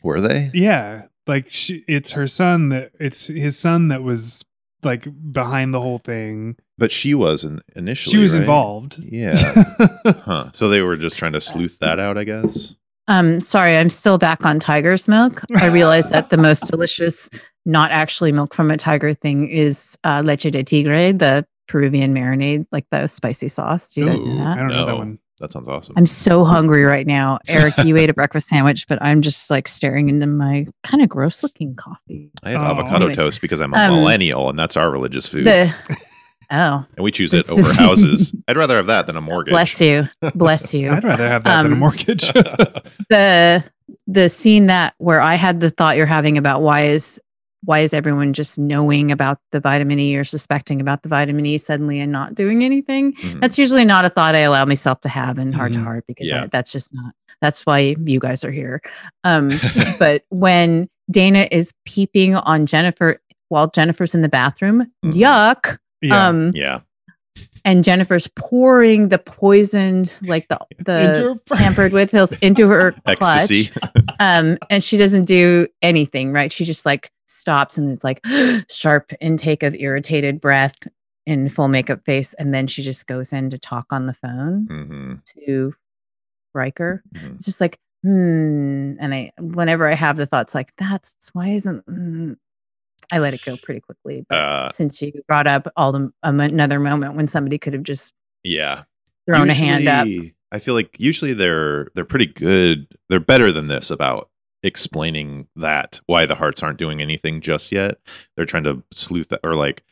Speaker 2: were they?
Speaker 1: Yeah, like she, it's her son that it's his son that was like behind the whole thing.
Speaker 2: But she was in, initially.
Speaker 1: she was
Speaker 2: right?
Speaker 1: involved.
Speaker 2: Yeah. Huh. So they were just trying to sleuth that out, I guess.
Speaker 4: um, sorry, I'm still back on tiger's milk. I realize that the most delicious, not actually milk from a tiger thing is uh, leche de tigre, the Peruvian marinade, like the spicy sauce. Do you guys
Speaker 2: Ooh.
Speaker 4: know
Speaker 1: I
Speaker 4: that?
Speaker 1: don't know that
Speaker 2: No.
Speaker 1: one.
Speaker 2: That sounds awesome.
Speaker 4: I'm so hungry right now. Eric, you ate a breakfast sandwich, but I'm just like staring into my kind of gross looking coffee.
Speaker 2: I had
Speaker 1: Oh.
Speaker 2: avocado
Speaker 4: Anyways.
Speaker 2: toast because I'm a
Speaker 4: Um,
Speaker 2: millennial and that's our religious food.
Speaker 4: The, oh,
Speaker 2: and we choose it
Speaker 4: this
Speaker 2: over
Speaker 4: is-
Speaker 2: houses. I'd rather have that than a mortgage.
Speaker 4: bless you. Bless you.
Speaker 1: I'd rather have that than a
Speaker 4: Um,
Speaker 1: mortgage.
Speaker 4: the the scene that where I had the thought you're having about why is why is everyone just knowing about the vitamin E or suspecting about the vitamin E suddenly and not doing anything?
Speaker 2: Mhm.
Speaker 4: That's usually not a thought I allow myself to have in heart to
Speaker 1: Mhm.
Speaker 4: heart because
Speaker 2: Yeah.
Speaker 4: I, that's just not. That's why you guys are here. Um, but when Dana is peeping on Jennifer while Jennifer's in the bathroom,
Speaker 2: Mhm.
Speaker 4: yuck.
Speaker 1: yeah.
Speaker 4: Um,
Speaker 2: yeah.
Speaker 4: and Jennifer's pouring the poisoned, like the the
Speaker 5: Into her-
Speaker 4: tampered with pills into her clutch.
Speaker 2: Ecstasy.
Speaker 4: Um, and she doesn't do anything, right? She just like stops and it's like sharp intake of irritated breath in full makeup face, and then she just goes in to talk on the phone
Speaker 2: hmm
Speaker 4: to Riker.
Speaker 2: Mhm.
Speaker 4: It's just like, hmm. And I, whenever I have the thoughts like, that's why isn't, mm, I let it go pretty quickly. But
Speaker 2: Uh,
Speaker 4: since you brought up all the um, another moment when somebody could have just
Speaker 2: yeah.
Speaker 4: thrown a hand up.
Speaker 2: Usually- I feel like usually they're they're pretty good. They're better than this about explaining that why the hearts aren't doing anything just yet. They're trying to sleuth or like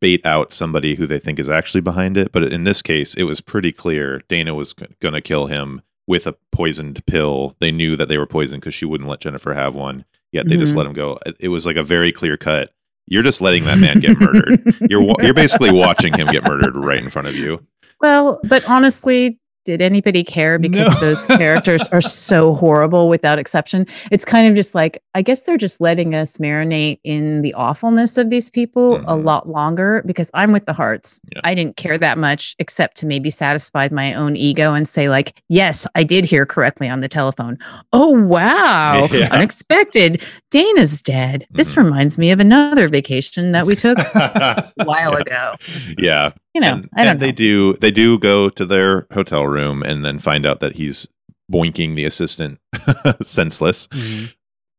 Speaker 2: bait out somebody who they think is actually behind it. But in this case, it was pretty clear Dana was g- going to kill him with a poisoned pill. They knew that they were poisoned because she wouldn't let Jennifer have one. Yet they just
Speaker 4: Mhm.
Speaker 2: let him go. It- It was like a very clear cut. You're just letting that man get murdered. You're wa- you're basically watching him get murdered right in front of you.
Speaker 4: Well, but honestly, did anybody care? Because
Speaker 1: No.
Speaker 4: those characters are so horrible without exception. It's kind of just like, I guess they're just letting us marinate in the awfulness of these people a
Speaker 2: Mhm.
Speaker 4: lot longer because I'm with the hearts.
Speaker 2: Yeah.
Speaker 4: I didn't care that much except to maybe satisfy my own ego and say, like, yes, I did hear correctly on the telephone. Oh, wow.
Speaker 2: Yeah.
Speaker 4: Unexpected. Dana's dead. This
Speaker 2: Mhm.
Speaker 4: reminds me of another vacation that we took a while
Speaker 2: Yeah.
Speaker 4: ago.
Speaker 2: Yeah.
Speaker 4: You know,
Speaker 2: and,
Speaker 4: I don't
Speaker 2: and
Speaker 4: know.
Speaker 2: they do they do go to their hotel room and then find out that he's boinking the assistant senseless
Speaker 1: Uh,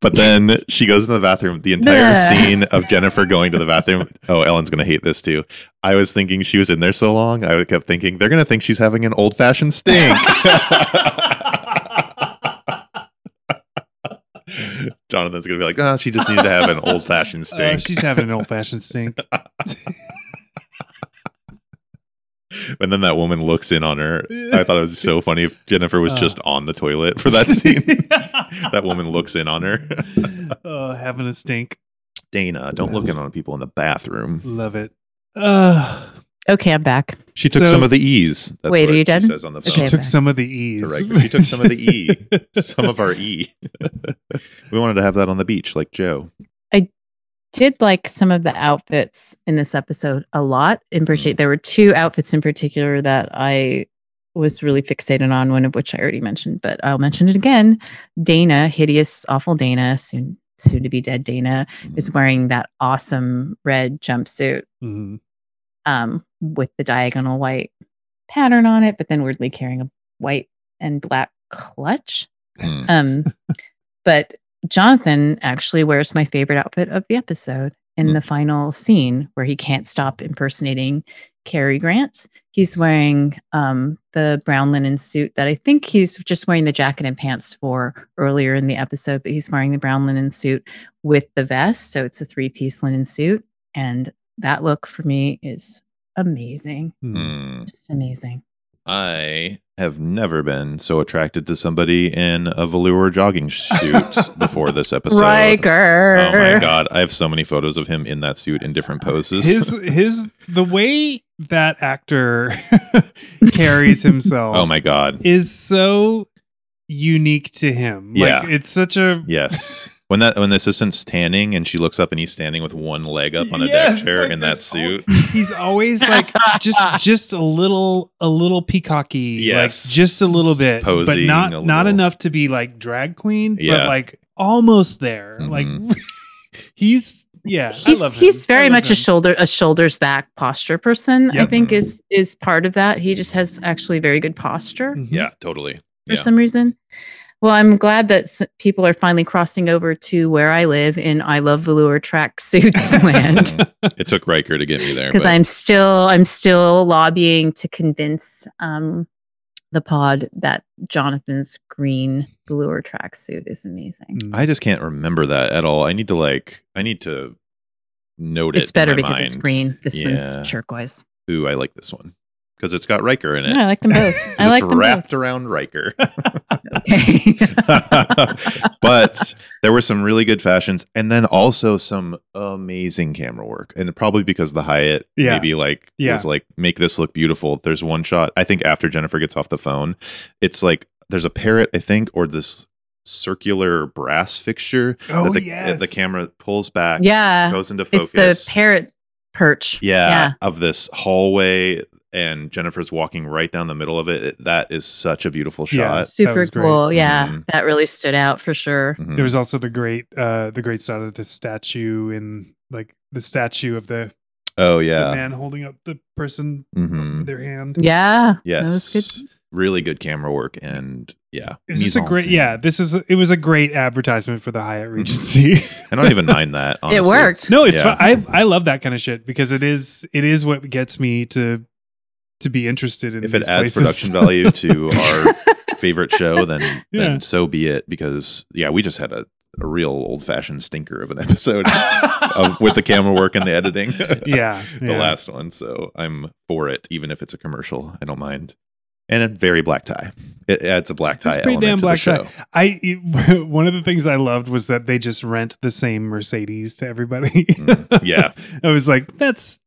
Speaker 2: but then she goes into the bathroom the entire
Speaker 4: Bleh.
Speaker 2: scene of jennifer going to the bathroom oh ellen's gonna hate this too i was thinking she was in there so long i kept thinking they're gonna think she's having an old-fashioned stink jonathan's gonna be like oh she just needed to have an old-fashioned
Speaker 4: Oh,
Speaker 1: Uh,
Speaker 2: stink
Speaker 1: she's having an old fashioned stink.
Speaker 2: and then that woman looks in on her I thought it was so funny if Jennifer was
Speaker 1: Uh.
Speaker 2: just on the toilet for that scene. that woman looks in on her.
Speaker 1: oh, having a stink.
Speaker 2: Dana, don't look in on people in the bathroom.
Speaker 1: Love it. Uh,
Speaker 4: okay, I'm back.
Speaker 2: She took
Speaker 1: So-
Speaker 2: some of the E's. That's
Speaker 4: Wait,
Speaker 2: what
Speaker 4: are you
Speaker 2: she
Speaker 4: done?
Speaker 2: says on the phone.
Speaker 4: Okay.
Speaker 1: took some of the E's.
Speaker 2: Correct. She took some of the E. Some of our E. we wanted to have that on the beach, like Joe.
Speaker 4: did like some of the outfits in this episode a lot. In particular, there were two outfits in particular that I was really fixated on, one of which I already mentioned, but I'll mention it again. Dana, hideous, awful Dana, soon soon to be dead Dana, is wearing that awesome red jumpsuit
Speaker 1: Mhm.
Speaker 4: um, with the diagonal white pattern on it, but then weirdly carrying a white and black clutch.
Speaker 2: Mm.
Speaker 4: Um, but Jonathan actually wears my favorite outfit of the episode in the final scene where he can't stop impersonating Cary Grant. He's wearing um, the brown linen suit that I think he's just wearing the jacket and pants for earlier in the episode, but he's wearing the brown linen suit with the vest. So it's a three piece linen suit. And that look for me is amazing.
Speaker 1: Mm.
Speaker 2: Mm.
Speaker 4: Just amazing.
Speaker 2: I have never been so attracted to somebody in a velour jogging suit before this episode.
Speaker 4: Riker.
Speaker 2: Oh my god, I have so many photos of him in that suit in different poses.
Speaker 1: His his the way that actor carries himself.
Speaker 2: oh my god.
Speaker 1: is so unique to him.
Speaker 2: Yeah.
Speaker 1: Like it's such a
Speaker 2: Yes. When that when the assistant's tanning and she looks up and he's standing with one leg up on a
Speaker 1: Yes,
Speaker 2: deck chair
Speaker 1: like
Speaker 2: in that
Speaker 1: this
Speaker 2: suit.
Speaker 1: he's always like just just a little a little peacocky.
Speaker 2: Yes.
Speaker 1: Like just a little bit.
Speaker 2: Posing
Speaker 1: but not
Speaker 2: a
Speaker 1: not
Speaker 2: little.
Speaker 1: enough to be like drag queen,
Speaker 2: Yeah.
Speaker 1: but like almost there.
Speaker 2: Mhm.
Speaker 1: Like he's yeah. I love
Speaker 4: he's
Speaker 1: him.
Speaker 4: he's
Speaker 1: I
Speaker 4: very
Speaker 1: love
Speaker 4: much
Speaker 1: him.
Speaker 4: a shoulder a shoulders back posture person. I
Speaker 1: Yep.
Speaker 4: think is is part of that. He just has actually very good posture
Speaker 1: Mhm.
Speaker 2: Yeah, totally.
Speaker 4: for
Speaker 2: Yeah.
Speaker 4: some reason. Well, I'm glad that s- people are finally crossing over to where I live in I love velour track suits land
Speaker 2: Mhm. it took Riker to get me there.
Speaker 4: because
Speaker 2: but-
Speaker 4: I'm still I'm still lobbying to convince um, the pod that Jonathan's green velour track suit is amazing.
Speaker 1: Mm.
Speaker 2: I just can't remember that at all. I need to like I need to note it.
Speaker 4: It's better
Speaker 2: in my
Speaker 4: because it's
Speaker 2: mind.
Speaker 4: green. This one's
Speaker 2: Yeah.
Speaker 4: turquoise.
Speaker 2: Ooh, I like this one. Because it's got Riker in it.
Speaker 4: Yeah, I like them both. I
Speaker 2: it's
Speaker 4: like them both.
Speaker 2: wrapped around Riker.
Speaker 4: Okay.
Speaker 2: but there were some really good fashions and then also some amazing camera work and probably because the hyatt
Speaker 1: Yeah.
Speaker 2: maybe like
Speaker 1: Yeah.
Speaker 2: was like make this look beautiful there's one shot i think after jennifer gets off the phone it's like there's a parrot i think or this circular brass fixture
Speaker 1: Oh,
Speaker 2: that the,
Speaker 1: yes.
Speaker 2: the camera pulls back
Speaker 4: yeah,
Speaker 2: goes into
Speaker 4: it's
Speaker 2: focus
Speaker 4: the parrot perch.
Speaker 2: yeah,
Speaker 4: yeah.
Speaker 2: of this hallway and Jennifer's walking right down the middle of it. it- that is such a beautiful shot.
Speaker 1: Yes. that
Speaker 4: Super
Speaker 1: was great.
Speaker 4: cool. Yeah.
Speaker 2: Mhm.
Speaker 4: That really stood out for sure.
Speaker 2: Mhm.
Speaker 1: There was also the great, uh, the great shot of the statue in like the statue of the,
Speaker 2: oh
Speaker 1: the
Speaker 2: yeah.
Speaker 1: man holding up the person
Speaker 2: hmm
Speaker 1: with their hand.
Speaker 4: Yeah. That was
Speaker 2: Yes.
Speaker 4: good.
Speaker 2: Really good camera work and yeah.
Speaker 1: It's just a great,
Speaker 2: mise-en-scene.
Speaker 1: yeah. This is it was a great advertisement for the Hyatt
Speaker 2: Mm-hmm.
Speaker 1: Regency.
Speaker 2: I don't even mind that.
Speaker 4: It
Speaker 2: Honestly.
Speaker 4: worked.
Speaker 1: No, it's
Speaker 2: Yeah.
Speaker 1: fun. I I love that kind of shit because it is it is what gets me to to be interested in
Speaker 2: If it
Speaker 1: these
Speaker 2: adds
Speaker 1: places.
Speaker 2: production value to our favorite show, then
Speaker 1: Yeah.
Speaker 2: then so be it. Because yeah, we just had a, a real old fashioned stinker of an episode of, with the camera work and the editing.
Speaker 1: yeah,
Speaker 2: the
Speaker 1: yeah.
Speaker 2: last one. So I'm for it, even if it's a commercial. I don't mind. And a very black tie. It adds a black tie
Speaker 1: It's pretty
Speaker 2: element
Speaker 1: damn
Speaker 2: to
Speaker 1: black
Speaker 2: the show.
Speaker 1: tie. I it- one of the things I loved was that they just rent the same Mercedes to everybody.
Speaker 2: Mm, yeah.
Speaker 1: I was like, that's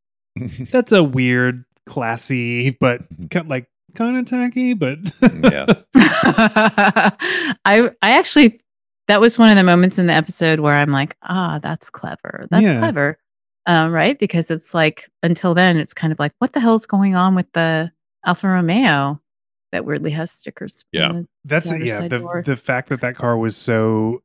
Speaker 1: that's a weird, classy, but ki- like kind of tacky, but
Speaker 2: Mm-hmm. Mm, Yeah.
Speaker 4: I I actually that was one of the moments in the episode where I'm like, ah, that's clever. That's
Speaker 1: Yeah.
Speaker 4: clever. Um, right? Because it's like until then it's kind of like, what the hell's going on with the Alfa Romeo that weirdly has stickers? on
Speaker 2: Yeah.
Speaker 4: the-
Speaker 1: That's
Speaker 4: Driver's
Speaker 1: yeah.
Speaker 4: side
Speaker 1: The,
Speaker 4: door.
Speaker 1: the fact that that car was so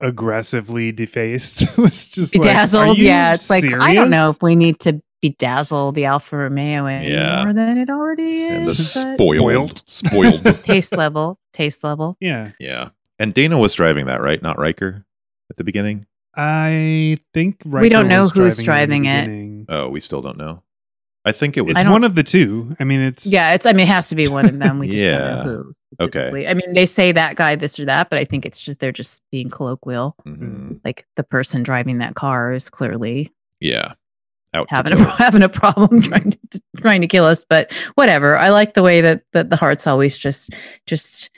Speaker 1: aggressively defaced was just like, are
Speaker 4: Bedazzled.
Speaker 1: you
Speaker 4: yeah. It's like I don't know
Speaker 1: serious?
Speaker 4: if we need to bedazzle the Alfa Romeo any
Speaker 2: Yeah.
Speaker 4: more than it already
Speaker 2: And the
Speaker 4: is. but-
Speaker 2: spoiled. Spoiled.
Speaker 4: taste level. Taste level.
Speaker 1: Yeah,
Speaker 2: yeah. And Dana was driving that, right? Not Riker at the beginning.
Speaker 1: I think
Speaker 4: We don't
Speaker 1: Riker
Speaker 4: know
Speaker 1: was
Speaker 4: who's
Speaker 1: in the
Speaker 4: driving it.
Speaker 1: beginning.
Speaker 2: Oh, we still don't know. I think it was.
Speaker 1: It's one of the two. I mean, it's
Speaker 4: Yeah, it's. I mean, it has to be one of them. We just
Speaker 2: Yeah.
Speaker 4: don't know who.
Speaker 2: Okay.
Speaker 4: specifically. I mean, they say that guy, this or that, but I think it's just they're just being colloquial.
Speaker 2: Mhm.
Speaker 4: Like the person driving that car is clearly
Speaker 2: Yeah. Out to
Speaker 4: having a
Speaker 2: kill. Mm-hmm.
Speaker 4: having a problem trying to trying to kill us. But whatever. I like the way that that the hearts always just just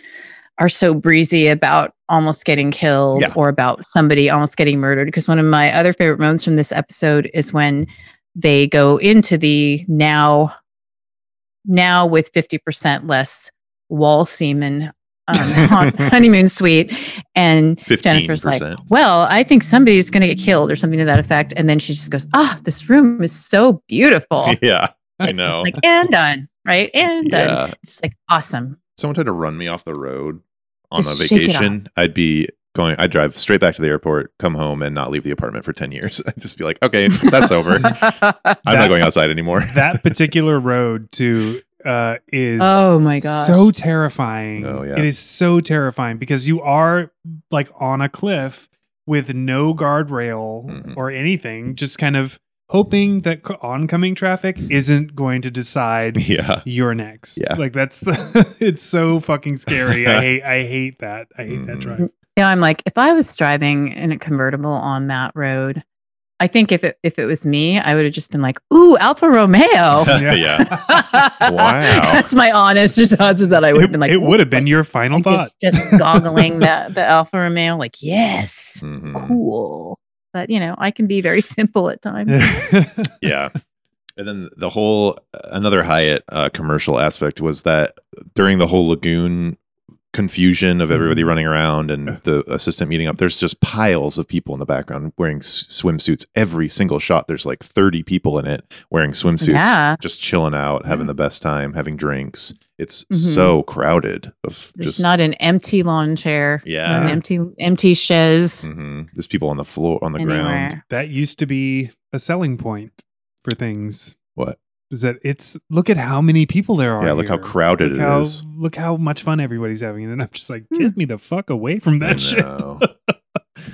Speaker 4: are so breezy about almost getting killed
Speaker 2: Yeah.
Speaker 4: or about somebody almost getting murdered. Because one of my other favorite moments from this episode is when they go into the now now with 50% less wall semen um, hon- honeymoon suite and
Speaker 2: 15%.
Speaker 4: Jennifer's like, well, I think somebody's going to get killed or something to that effect. And then she just goes, ah, this room is so beautiful.
Speaker 2: yeah. I know.
Speaker 4: Like, and done, right? And done.
Speaker 2: yeah.
Speaker 4: It's just like awesome.
Speaker 2: someone tried to run me off the road on
Speaker 4: Just
Speaker 2: a
Speaker 4: shake it off.
Speaker 2: vacation, I'd be going. I'd drive straight back to the airport, come home, and not leave the apartment for ten years. I'd just be like, okay, that's over. I'm
Speaker 1: That-
Speaker 2: not going outside anymore.
Speaker 1: that particular road too uh, is
Speaker 4: oh my God.
Speaker 1: so terrifying.
Speaker 2: Oh, yeah.
Speaker 1: It is so terrifying because you are like on a cliff with no guardrail
Speaker 2: Mhm.
Speaker 1: or anything, just kind of hoping that c- oncoming traffic isn't going to decide
Speaker 2: yeah,
Speaker 1: you're next.
Speaker 2: Yeah.
Speaker 1: Like that's the it's so fucking scary. I hate I hate that. I hate that
Speaker 2: Mhm.
Speaker 1: drive.
Speaker 4: Now I'm like, if I was driving in a convertible on that road, I think if it, if it was me, I would have just been like, ooh, Alfa Romeo.
Speaker 2: yeah. Wow.
Speaker 4: That's my honest response is that I would have been like,
Speaker 1: it would have been your final
Speaker 4: like,
Speaker 1: thought.
Speaker 4: just, just goggling the, the Alfa Romeo, like, yes.
Speaker 2: Mhm.
Speaker 4: cool. But you know, I can be very simple at times.
Speaker 1: yeah.
Speaker 2: yeah. And then the whole another Hyatt uh, commercial aspect was that during the whole lagoon confusion of everybody
Speaker 1: Mm-hmm.
Speaker 2: running around and the assistant meeting up, there's just piles of people in the background wearing s- swimsuits. Every single shot, there's like 30 people in it wearing swimsuits,
Speaker 4: Yeah.
Speaker 2: just chilling out, having the best time, having drinks. It's so crowded. Of
Speaker 4: Mm-hmm. There's
Speaker 2: just
Speaker 4: not an empty lawn chair.
Speaker 2: Yeah.
Speaker 4: An empty empty chaise
Speaker 2: Mhm. there's people on the floor on the ground.
Speaker 4: anywhere.
Speaker 1: That used to be a selling point for things.
Speaker 2: What?
Speaker 1: Is that it's look at how many people there are.
Speaker 2: Yeah, look how
Speaker 1: here.
Speaker 2: crowded
Speaker 1: look
Speaker 2: it
Speaker 1: how,
Speaker 2: is.
Speaker 1: Look how much fun everybody's having. And I'm just like,
Speaker 4: Hmm.
Speaker 1: get me the fuck away from
Speaker 2: I
Speaker 1: that shit.
Speaker 2: know.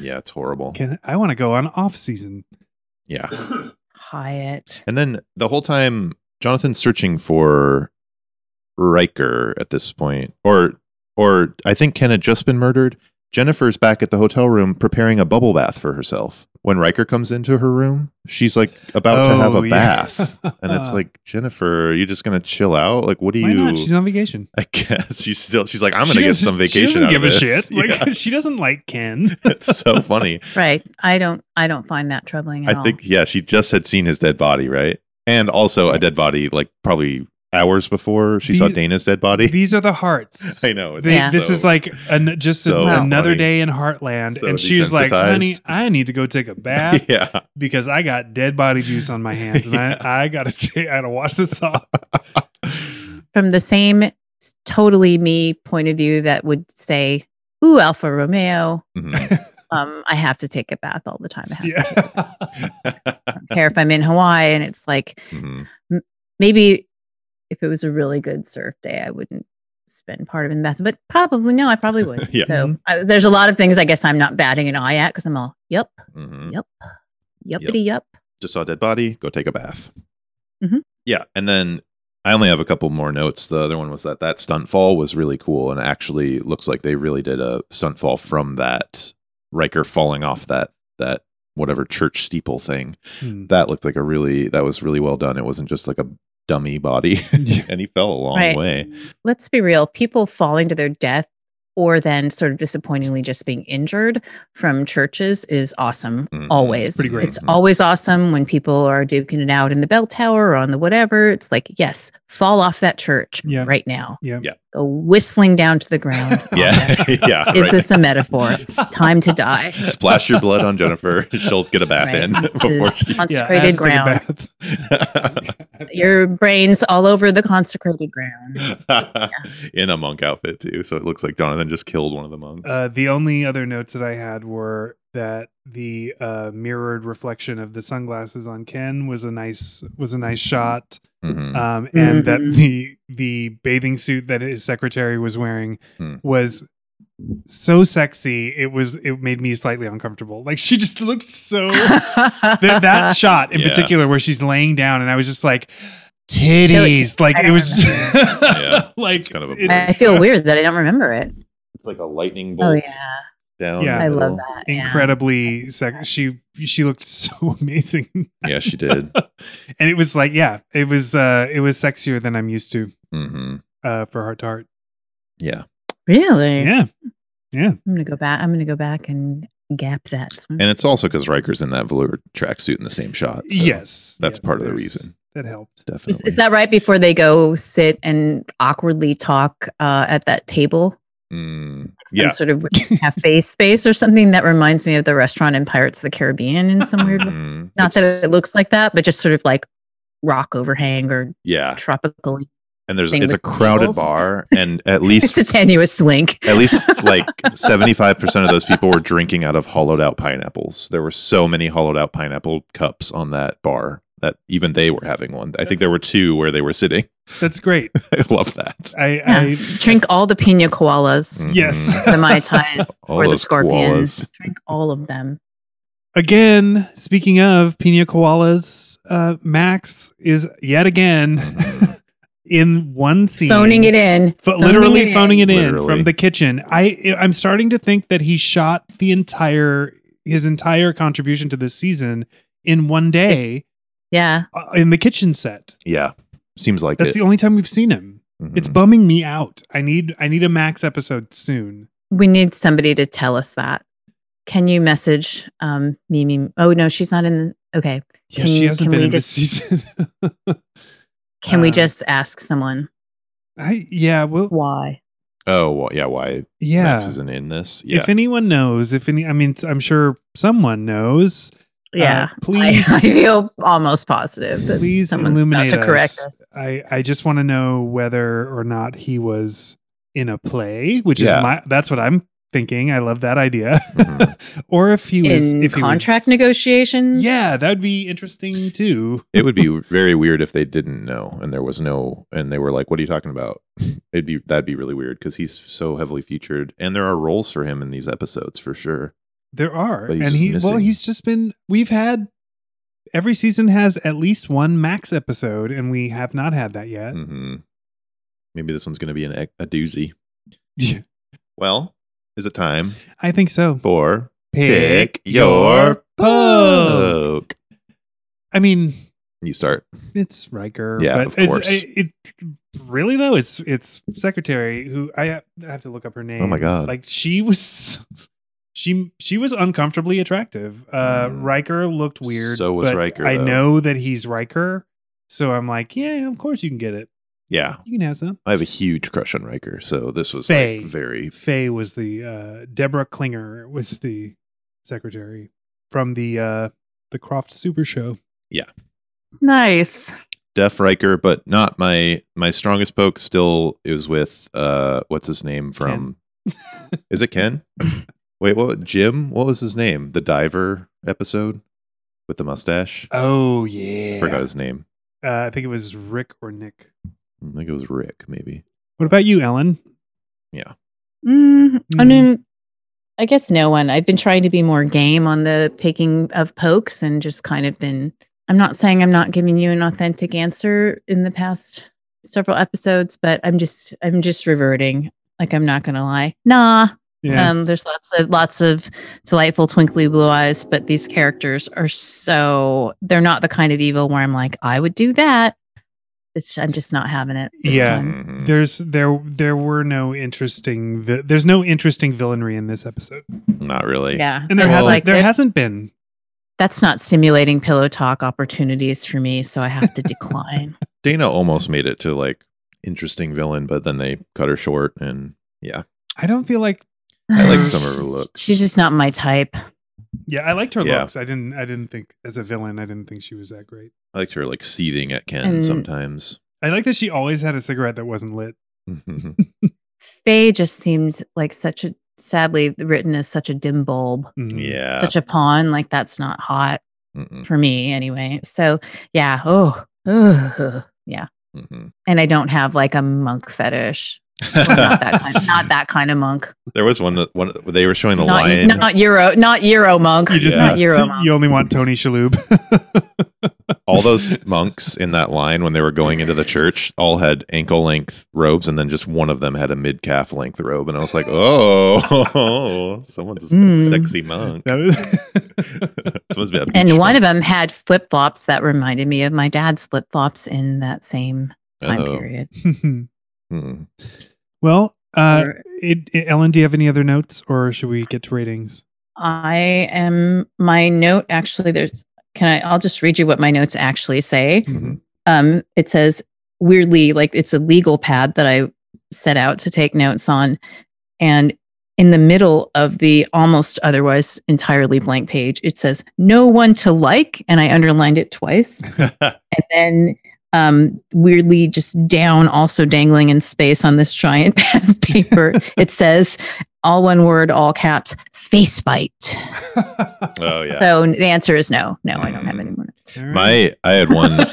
Speaker 2: yeah, it's horrible.
Speaker 1: Can I want to go on off season?
Speaker 2: yeah.
Speaker 4: Hyatt.
Speaker 2: And then the whole time, Jonathan's searching for Riker at this point, or or I think Ken had just been murdered. Jennifer's back at the hotel room preparing a bubble bath for herself. When Riker comes into her room, she's like about to have
Speaker 1: Oh,
Speaker 2: a
Speaker 1: yeah. Uh.
Speaker 2: bath, and it's like Jennifer, are you just gonna chill out? Like, what do
Speaker 1: Why
Speaker 2: you?
Speaker 1: not? She's on vacation.
Speaker 2: I guess she's still. She's like, I'm
Speaker 1: She
Speaker 2: gonna get
Speaker 1: doesn't-
Speaker 2: some
Speaker 1: she
Speaker 2: vacation.
Speaker 1: doesn't
Speaker 2: out
Speaker 1: give
Speaker 2: of
Speaker 1: a
Speaker 2: this.
Speaker 1: shit. Like
Speaker 2: Yeah.
Speaker 1: she doesn't like Ken.
Speaker 2: it's so funny.
Speaker 4: Right. I don't I don't find that troubling at
Speaker 2: I
Speaker 4: all.
Speaker 2: think yeah, she just had seen his dead body, right? And also a dead body like probably hours before she saw
Speaker 1: The-
Speaker 2: Dana's dead body.
Speaker 1: These are the hearts.
Speaker 2: I know.
Speaker 1: They-
Speaker 4: Yeah.
Speaker 1: This is
Speaker 2: so-
Speaker 1: like an, just
Speaker 2: so
Speaker 1: another
Speaker 2: funny.
Speaker 1: day in Heartland,
Speaker 2: So
Speaker 1: and she's like, "Honey,
Speaker 2: desensitized.
Speaker 1: I need to go take a bath
Speaker 2: yeah.
Speaker 1: because I got dead body juice on my hands, and I, I gotta take, I gotta wash this off."
Speaker 4: from the same s- totally me point of view that would say, "Ooh, Alfa Romeo."
Speaker 2: Mhm.
Speaker 4: Um, I have to take a bath all the time. I have
Speaker 1: Yeah.
Speaker 4: to take a bath.
Speaker 2: Mm-hmm.
Speaker 4: I don't care if I'm in Hawaii and it's like
Speaker 2: Mhm.
Speaker 4: maybe if it was a really good surf day, I wouldn't spend part of it in the bathroom, but probably no, I probably would.
Speaker 2: Yeah.
Speaker 4: So I, there's a lot of things I guess I'm not batting an eye at because I'm all, yep,
Speaker 1: Mm.
Speaker 2: Mhm.
Speaker 4: yep, yuppity yup.
Speaker 2: Just saw a dead body. Go take a bath.
Speaker 4: Mhm.
Speaker 2: Yeah, and then I only have a couple more notes. The other one was that that stunt fall was really cool, and actually looks like they really did a stunt fall from that Riker falling off that that whatever church steeple thing.
Speaker 1: Hmm.
Speaker 2: That looked like a really that was really well done. It wasn't just like a dummy body, and he fell a long
Speaker 4: Right.
Speaker 2: way.
Speaker 4: Let's be real, people falling to their death or then sort of disappointingly just being injured from churches is awesome.
Speaker 2: Mhm.
Speaker 4: Always.
Speaker 1: Mm, It's pretty great. Mm.
Speaker 2: Mhm.
Speaker 4: always awesome when people are duking it out in the bell tower or on the whatever. It's like, yes, fall off that church
Speaker 1: Yeah.
Speaker 4: right now.
Speaker 1: Yeah.
Speaker 2: Yeah.
Speaker 4: Go whistling down to the ground.
Speaker 2: Yeah, yeah.
Speaker 4: Is
Speaker 2: right.
Speaker 4: this a metaphor? It's time to die.
Speaker 2: Splash your blood on Jennifer. She'll get a bath
Speaker 4: Right.
Speaker 2: in before
Speaker 4: This
Speaker 2: she.
Speaker 4: is
Speaker 1: Yeah, I had to
Speaker 4: consecrated
Speaker 1: take a
Speaker 4: ground.
Speaker 1: bath.
Speaker 4: Your brain's all over the consecrated ground.
Speaker 2: in a monk outfit too. So it looks like Jonathan just killed one of the monks.
Speaker 1: Uh, the only other notes that I had were that the uh, mirrored reflection of the sunglasses on Ken was a nice was a nice
Speaker 2: Mm-hmm.
Speaker 1: shot,
Speaker 2: Mhm.
Speaker 1: um, and that
Speaker 4: Mhm.
Speaker 1: the the bathing suit that his secretary was wearing
Speaker 2: Hmm.
Speaker 1: was so sexy. It was it made me slightly uncomfortable. Like she just looked so that, that shot in
Speaker 2: Yeah.
Speaker 1: particular where she's laying down and I was just like titties like
Speaker 4: I
Speaker 1: it was
Speaker 4: don't
Speaker 1: just,
Speaker 2: Yeah.
Speaker 1: like
Speaker 2: It's kind of a
Speaker 1: it's-
Speaker 4: I feel weird that I don't remember it.
Speaker 2: it's like a lightning
Speaker 4: Oh
Speaker 2: bolt
Speaker 4: yeah,
Speaker 2: down.
Speaker 1: Yeah.
Speaker 2: the
Speaker 4: I love
Speaker 2: middle.
Speaker 4: that. yeah.
Speaker 1: incredibly sec- she she looked so amazing
Speaker 2: Yeah, she did.
Speaker 1: and it was like yeah it was uh it was sexier than i'm used to
Speaker 2: hmm
Speaker 1: uh for heart to heart
Speaker 2: Yeah,
Speaker 4: Really?
Speaker 1: yeah yeah
Speaker 4: I'm gonna go back. I'm gonna go back and gap that. swimsuit.
Speaker 2: and it's also because Riker's in that velour tracksuit in the same shot. so
Speaker 1: yes
Speaker 2: that's
Speaker 1: yes,
Speaker 2: part of the
Speaker 1: there's-
Speaker 2: reason.
Speaker 1: that helped
Speaker 4: Is,
Speaker 2: Definitely.
Speaker 4: is that right? Before they go sit and awkwardly talk uh, at that table,
Speaker 2: Mm,
Speaker 4: some
Speaker 2: yeah.
Speaker 4: sort of cafe space or something that reminds me of the restaurant in Pirates of the Caribbean in some weird. way.
Speaker 2: Mhm.
Speaker 4: Not
Speaker 2: It's-
Speaker 4: that it looks like that, but just sort of like rock overhang or
Speaker 2: yeah,
Speaker 4: tropical.
Speaker 2: and there's
Speaker 4: thing
Speaker 2: it's a
Speaker 4: with
Speaker 2: crowded
Speaker 4: tables.
Speaker 2: bar, and at least
Speaker 4: It's a tenuous link.
Speaker 2: at least like 75% of those people were drinking out of hollowed out pineapples. There were so many hollowed out pineapple cups on that bar that even they were having one. I think there were two where they were sitting.
Speaker 1: that's great
Speaker 2: I love that.
Speaker 1: i
Speaker 4: Yeah. Drink all the pina koalas,
Speaker 1: i
Speaker 2: Mhm.
Speaker 1: yes
Speaker 4: the mai tais,
Speaker 2: All
Speaker 4: or the
Speaker 2: those
Speaker 4: scorpions.
Speaker 2: koalas.
Speaker 4: Drink all of them.
Speaker 1: again speaking of pina koalas uh max is yet again
Speaker 2: Mm-hmm.
Speaker 1: in one scene
Speaker 4: Phoning it in.
Speaker 1: Pho- literally
Speaker 4: it in.
Speaker 1: phoning it in
Speaker 2: Literally.
Speaker 1: from the kitchen. I I'm starting to think that he shot the entire his entire contribution to this season in one day
Speaker 4: Yeah.
Speaker 1: uh, in the kitchen set.
Speaker 2: Yeah. Seems like
Speaker 1: That's
Speaker 2: it.
Speaker 1: the only time we've seen him.
Speaker 2: Mhm.
Speaker 1: It's bumming me out. I need I need a Max episode soon.
Speaker 4: We need somebody to tell us that. Can you message um, Mimi? Oh, no, she's not in. The, okay.
Speaker 1: Yeah, she
Speaker 4: Can-
Speaker 1: hasn't
Speaker 4: can
Speaker 1: been
Speaker 4: we
Speaker 1: in this
Speaker 4: just-
Speaker 1: season.
Speaker 4: Can we
Speaker 1: Uh,
Speaker 4: just ask someone
Speaker 1: I yeah, well
Speaker 4: why?
Speaker 2: oh, well, yeah. Why
Speaker 1: yeah.
Speaker 2: Max isn't in this? Yeah.
Speaker 1: If anyone knows, if any I mean I'm sure someone knows. Uh,
Speaker 4: Yeah. I,
Speaker 1: please
Speaker 4: I feel almost positive that
Speaker 1: please
Speaker 4: someone's about
Speaker 1: illuminate
Speaker 4: to correct
Speaker 1: us.
Speaker 4: us.
Speaker 1: I I just want to know whether or not he was in a play, which
Speaker 2: Yeah.
Speaker 1: is my that's what I'm thinking. I love that idea.
Speaker 2: Mhm.
Speaker 1: or if he was
Speaker 4: in
Speaker 1: if he
Speaker 4: contract
Speaker 1: was,
Speaker 4: negotiations.
Speaker 1: Yeah, that would be interesting too.
Speaker 2: it would be very weird if they didn't know and there was no and they were like what are you talking about it'd be that'd be really weird because he's so heavily featured and there are roles for him in these episodes for sure
Speaker 1: There are.
Speaker 2: But he's
Speaker 1: And
Speaker 2: just
Speaker 1: he well,
Speaker 2: missing.
Speaker 1: he's just been we've had every season has at least one max episode and we have not had that yet.
Speaker 2: hmm Maybe this one's going to be an, ec- a doozy.
Speaker 1: Yeah.
Speaker 2: Well, is it time
Speaker 1: I think so.
Speaker 2: for pick your
Speaker 1: poke.
Speaker 2: poke?
Speaker 1: I mean,
Speaker 2: You start.
Speaker 1: it's Riker.
Speaker 2: Yeah,
Speaker 1: but
Speaker 2: of
Speaker 1: it's,
Speaker 2: course.
Speaker 1: It, it- really though, it's it's secretary who I ha- I have to look up her name.
Speaker 2: Oh my god!
Speaker 1: Like she was, she she was uncomfortably attractive. Uh,
Speaker 2: Mm.
Speaker 1: Riker looked weird.
Speaker 2: So was
Speaker 1: but
Speaker 2: Riker,
Speaker 1: I
Speaker 2: though.
Speaker 1: know that he's Riker, so I'm like, yeah, of course you can get it.
Speaker 2: yeah,
Speaker 1: You can have some.
Speaker 2: I have a huge crush on Riker, so this was
Speaker 1: Faye.
Speaker 2: like very
Speaker 1: Faye was the uh, Deborah Klinger was the secretary from the uh, the Croft Super Show.
Speaker 4: Nice.
Speaker 2: Def Riker, but not my my strongest poke. Still is with uh, what's his name from? is it Ken? Wait, what? Jim? What was his name? The diver episode with the mustache.
Speaker 1: Oh yeah.
Speaker 2: Forgot his name.
Speaker 1: Uh, I think it was Rick or Nick.
Speaker 2: I think it was Rick, maybe.
Speaker 1: What about you, Ellen?
Speaker 2: Yeah.
Speaker 4: Mm, I
Speaker 1: Mm.
Speaker 4: mean, I guess no one. I've been trying to be more game on the picking of pokes and just kind of been. I'm not saying I'm not giving you an authentic answer in the past several episodes, but I'm just I'm just reverting. Like I'm not gonna lie. Nah.
Speaker 1: Yeah.
Speaker 4: Um, there's lots of lots of delightful twinkly blue eyes, but these characters are so they're not the kind of evil where I'm like, I would do that. It's, I'm just not having it. This
Speaker 1: Yeah.
Speaker 4: Time.
Speaker 2: Mhm.
Speaker 1: there's there there were no interesting vi- there's no interesting villainry in this episode,
Speaker 2: Mm-hmm. Not really.
Speaker 4: Yeah.
Speaker 1: and there
Speaker 4: That's
Speaker 1: hasn't
Speaker 4: like
Speaker 1: there
Speaker 4: there-
Speaker 1: hasn't been.
Speaker 4: that's not stimulating pillow talk opportunities for me, so I have to decline.
Speaker 2: Dana almost made it to like interesting villain, but then they cut her short and yeah.
Speaker 1: I don't feel like
Speaker 2: I
Speaker 1: like
Speaker 2: some of her
Speaker 4: She's-
Speaker 2: looks.
Speaker 4: She's just not my type.
Speaker 1: yeah I liked her
Speaker 2: Yeah.
Speaker 1: looks. I didn't I didn't think as a villain I didn't think she was that great.
Speaker 2: I liked her like seething at Ken
Speaker 4: And-
Speaker 2: sometimes.
Speaker 1: I like that she always had a cigarette that wasn't lit.
Speaker 4: Faye just seemed like such a sadly written as such a dim bulb,
Speaker 1: Mhm.
Speaker 2: yeah.
Speaker 4: such a pawn. Like that's not hot
Speaker 2: Mhm,
Speaker 4: for me anyway. So yeah. Oh, ugh, yeah.
Speaker 2: mhm.
Speaker 4: And I don't have like a monk fetish. I'm not that kind. Not that kind of monk.
Speaker 2: Mm-hmm. there was one that one they were showing the
Speaker 4: not,
Speaker 2: lion.
Speaker 4: not Euro. Not Euro monk.
Speaker 1: You just
Speaker 2: Yeah.
Speaker 4: not Euro
Speaker 1: so
Speaker 4: monk.
Speaker 1: you only want Tony Shalhoub.
Speaker 2: all those monks in that line when they were going into the church all had ankle length robes, and then just one of them had a mid calf length robe, and I was like, oh, someone's a
Speaker 4: Mm.
Speaker 2: sexy monk.
Speaker 1: That was-
Speaker 2: Someone's been a
Speaker 4: and
Speaker 2: beach
Speaker 4: one
Speaker 2: monk.
Speaker 4: of them had flip flops that reminded me of my dad's flip flops in that same time
Speaker 2: Uh-oh.
Speaker 4: period.
Speaker 2: Hmm.
Speaker 1: well, uh,
Speaker 4: Or-
Speaker 1: it, it- Ellen, do you have any other notes, or should we get to ratings?
Speaker 4: I am my note actually there's can I I'll just read you what my notes actually say.
Speaker 2: Mhm.
Speaker 4: Um it says weirdly like it's a legal pad that I set out to take notes on and in the middle of the almost otherwise entirely blank page it says no one to like and I underlined it twice and then um weirdly just down also dangling in space on this giant pad of paper it says all one word all caps face bite
Speaker 2: oh yeah.
Speaker 4: so the answer is no. No, I don't have
Speaker 2: Mm.
Speaker 4: any more notes.
Speaker 1: All right.
Speaker 2: My I had one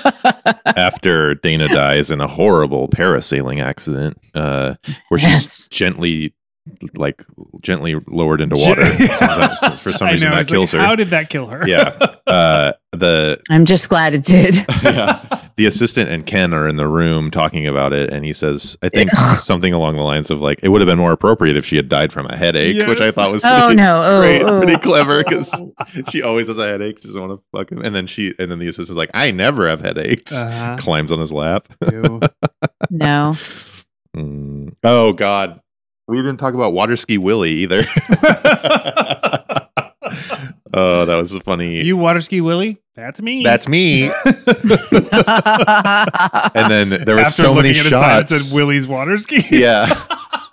Speaker 2: after Dana dies in a horrible parasailing accident, uh, where she's
Speaker 4: Yes.
Speaker 2: gently like gently lowered into water. Sometimes. For some
Speaker 1: I
Speaker 2: reason
Speaker 1: know, I
Speaker 2: that
Speaker 1: was
Speaker 2: kills
Speaker 1: like,
Speaker 2: her.
Speaker 1: How did that kill her?
Speaker 2: Yeah. uh, the
Speaker 4: I'm just glad it did.
Speaker 2: the assistant and Ken are in the room talking about it, and he says, "I think
Speaker 4: Ugh.
Speaker 2: something along the lines of like it would have been more appropriate if she had died from a headache," which I
Speaker 1: Yes.
Speaker 2: thought was pretty,
Speaker 4: Oh no. Oh,
Speaker 2: great,
Speaker 4: oh.
Speaker 2: pretty clever because she always has a headache. She doesn't want to fuck him, and then she and then the assistant's like, "I never have headaches."
Speaker 1: Uh-huh.
Speaker 2: Climbs on his lap.
Speaker 1: Ew.
Speaker 4: no.
Speaker 2: Mm. Oh God, we didn't talk about water ski Willie either. oh, that was a funny.
Speaker 1: you water ski Willie? That's me.
Speaker 2: That's me. And then there were
Speaker 1: After
Speaker 2: so many
Speaker 1: looking at a sign that
Speaker 2: shots.
Speaker 1: said Willie's water ski.
Speaker 2: yeah,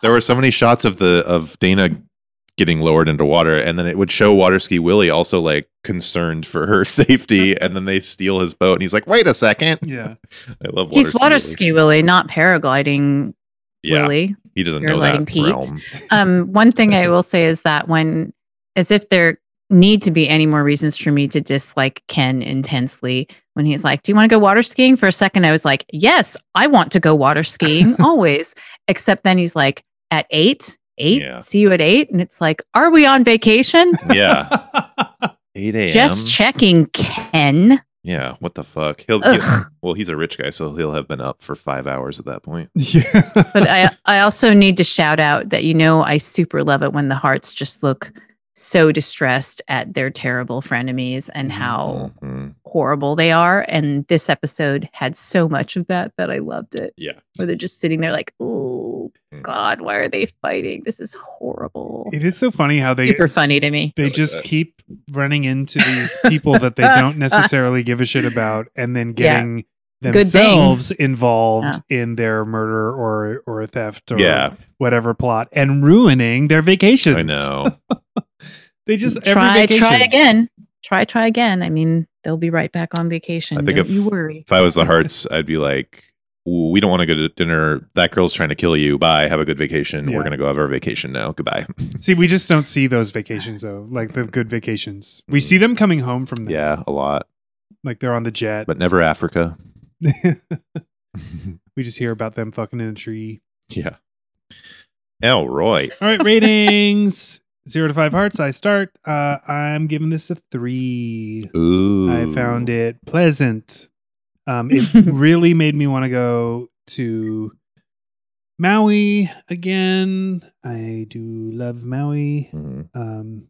Speaker 2: there were so many shots of the of Dana getting lowered into water, and then it would show water ski Willie also like concerned for her safety, and then they steal his boat, and he's like, "Wait a second,
Speaker 1: yeah.
Speaker 2: I love water
Speaker 4: He's water
Speaker 2: Willie."
Speaker 4: ski Willie, not paragliding
Speaker 2: Yeah,
Speaker 4: Willie.
Speaker 2: he doesn't
Speaker 4: You're
Speaker 2: know
Speaker 4: lighting
Speaker 2: that
Speaker 4: Pete.
Speaker 2: realm.
Speaker 4: Um, one thing I will say is that when, as if there need to be any more reasons for me to dislike Ken intensely, when he's like, Do you want to go water skiing? For a second, I was like, Yes, I want to go water skiing always. Except then he's like, At eight, eight,
Speaker 2: Yeah.
Speaker 4: see you at eight. And it's like, Are we on vacation?
Speaker 2: Yeah, eight a.m.
Speaker 4: Just checking, Ken.
Speaker 2: Yeah, what the fuck? He'll,
Speaker 4: Ugh.
Speaker 2: he'll- well, he's a rich guy, so he'll have been up for five hours at that point.
Speaker 1: yeah.
Speaker 4: But I, I also need to shout out that, you know, I super love it when the hearts just look so distressed at their terrible frenemies and how.
Speaker 1: Oh.
Speaker 2: Mhm.
Speaker 1: Mm-hmm.
Speaker 4: horrible they are. And this episode had so much of that that I loved it,
Speaker 2: yeah,
Speaker 4: where they're just sitting there like, oh,
Speaker 1: Mm.
Speaker 4: God, why are they fighting? This is horrible.
Speaker 1: It is so funny how they
Speaker 4: Super funny to me.
Speaker 1: they
Speaker 2: like
Speaker 1: just
Speaker 2: that.
Speaker 1: keep running into these people that they don't necessarily give a shit about and then
Speaker 4: Yeah.
Speaker 1: getting
Speaker 4: Good thing.
Speaker 1: themselves involved in their murder or or theft or
Speaker 2: yeah.
Speaker 1: whatever plot and ruining their vacations.
Speaker 2: I know.
Speaker 1: They just every
Speaker 4: try,
Speaker 1: vacation.
Speaker 4: try again. try, try again. I mean, they'll be right back on vacation.
Speaker 2: I think
Speaker 4: Don't
Speaker 2: if-
Speaker 4: you worry.
Speaker 2: If I was the Hearts, I'd be like, "Ooh, we don't want to go to dinner. That girl's trying to kill you. Bye. Have a good vacation.
Speaker 1: Yeah.
Speaker 2: We're going to go have our vacation now. Goodbye.
Speaker 1: See, we just don't see those vacations though, like the good vacations. We
Speaker 2: Mm.
Speaker 1: see them coming home from there.
Speaker 2: yeah, a lot,
Speaker 1: Like they're on the jet.
Speaker 2: but never Africa.
Speaker 1: we just hear about them fucking in a tree.
Speaker 2: yeah. Elroy.
Speaker 1: All right, ratings. Zero to five hearts. I start. Uh, I'm giving this a three.
Speaker 2: Ooh.
Speaker 1: I found it pleasant. Um, it really made me want to go to Maui again. I do love Maui.
Speaker 2: Mhm.
Speaker 1: Um,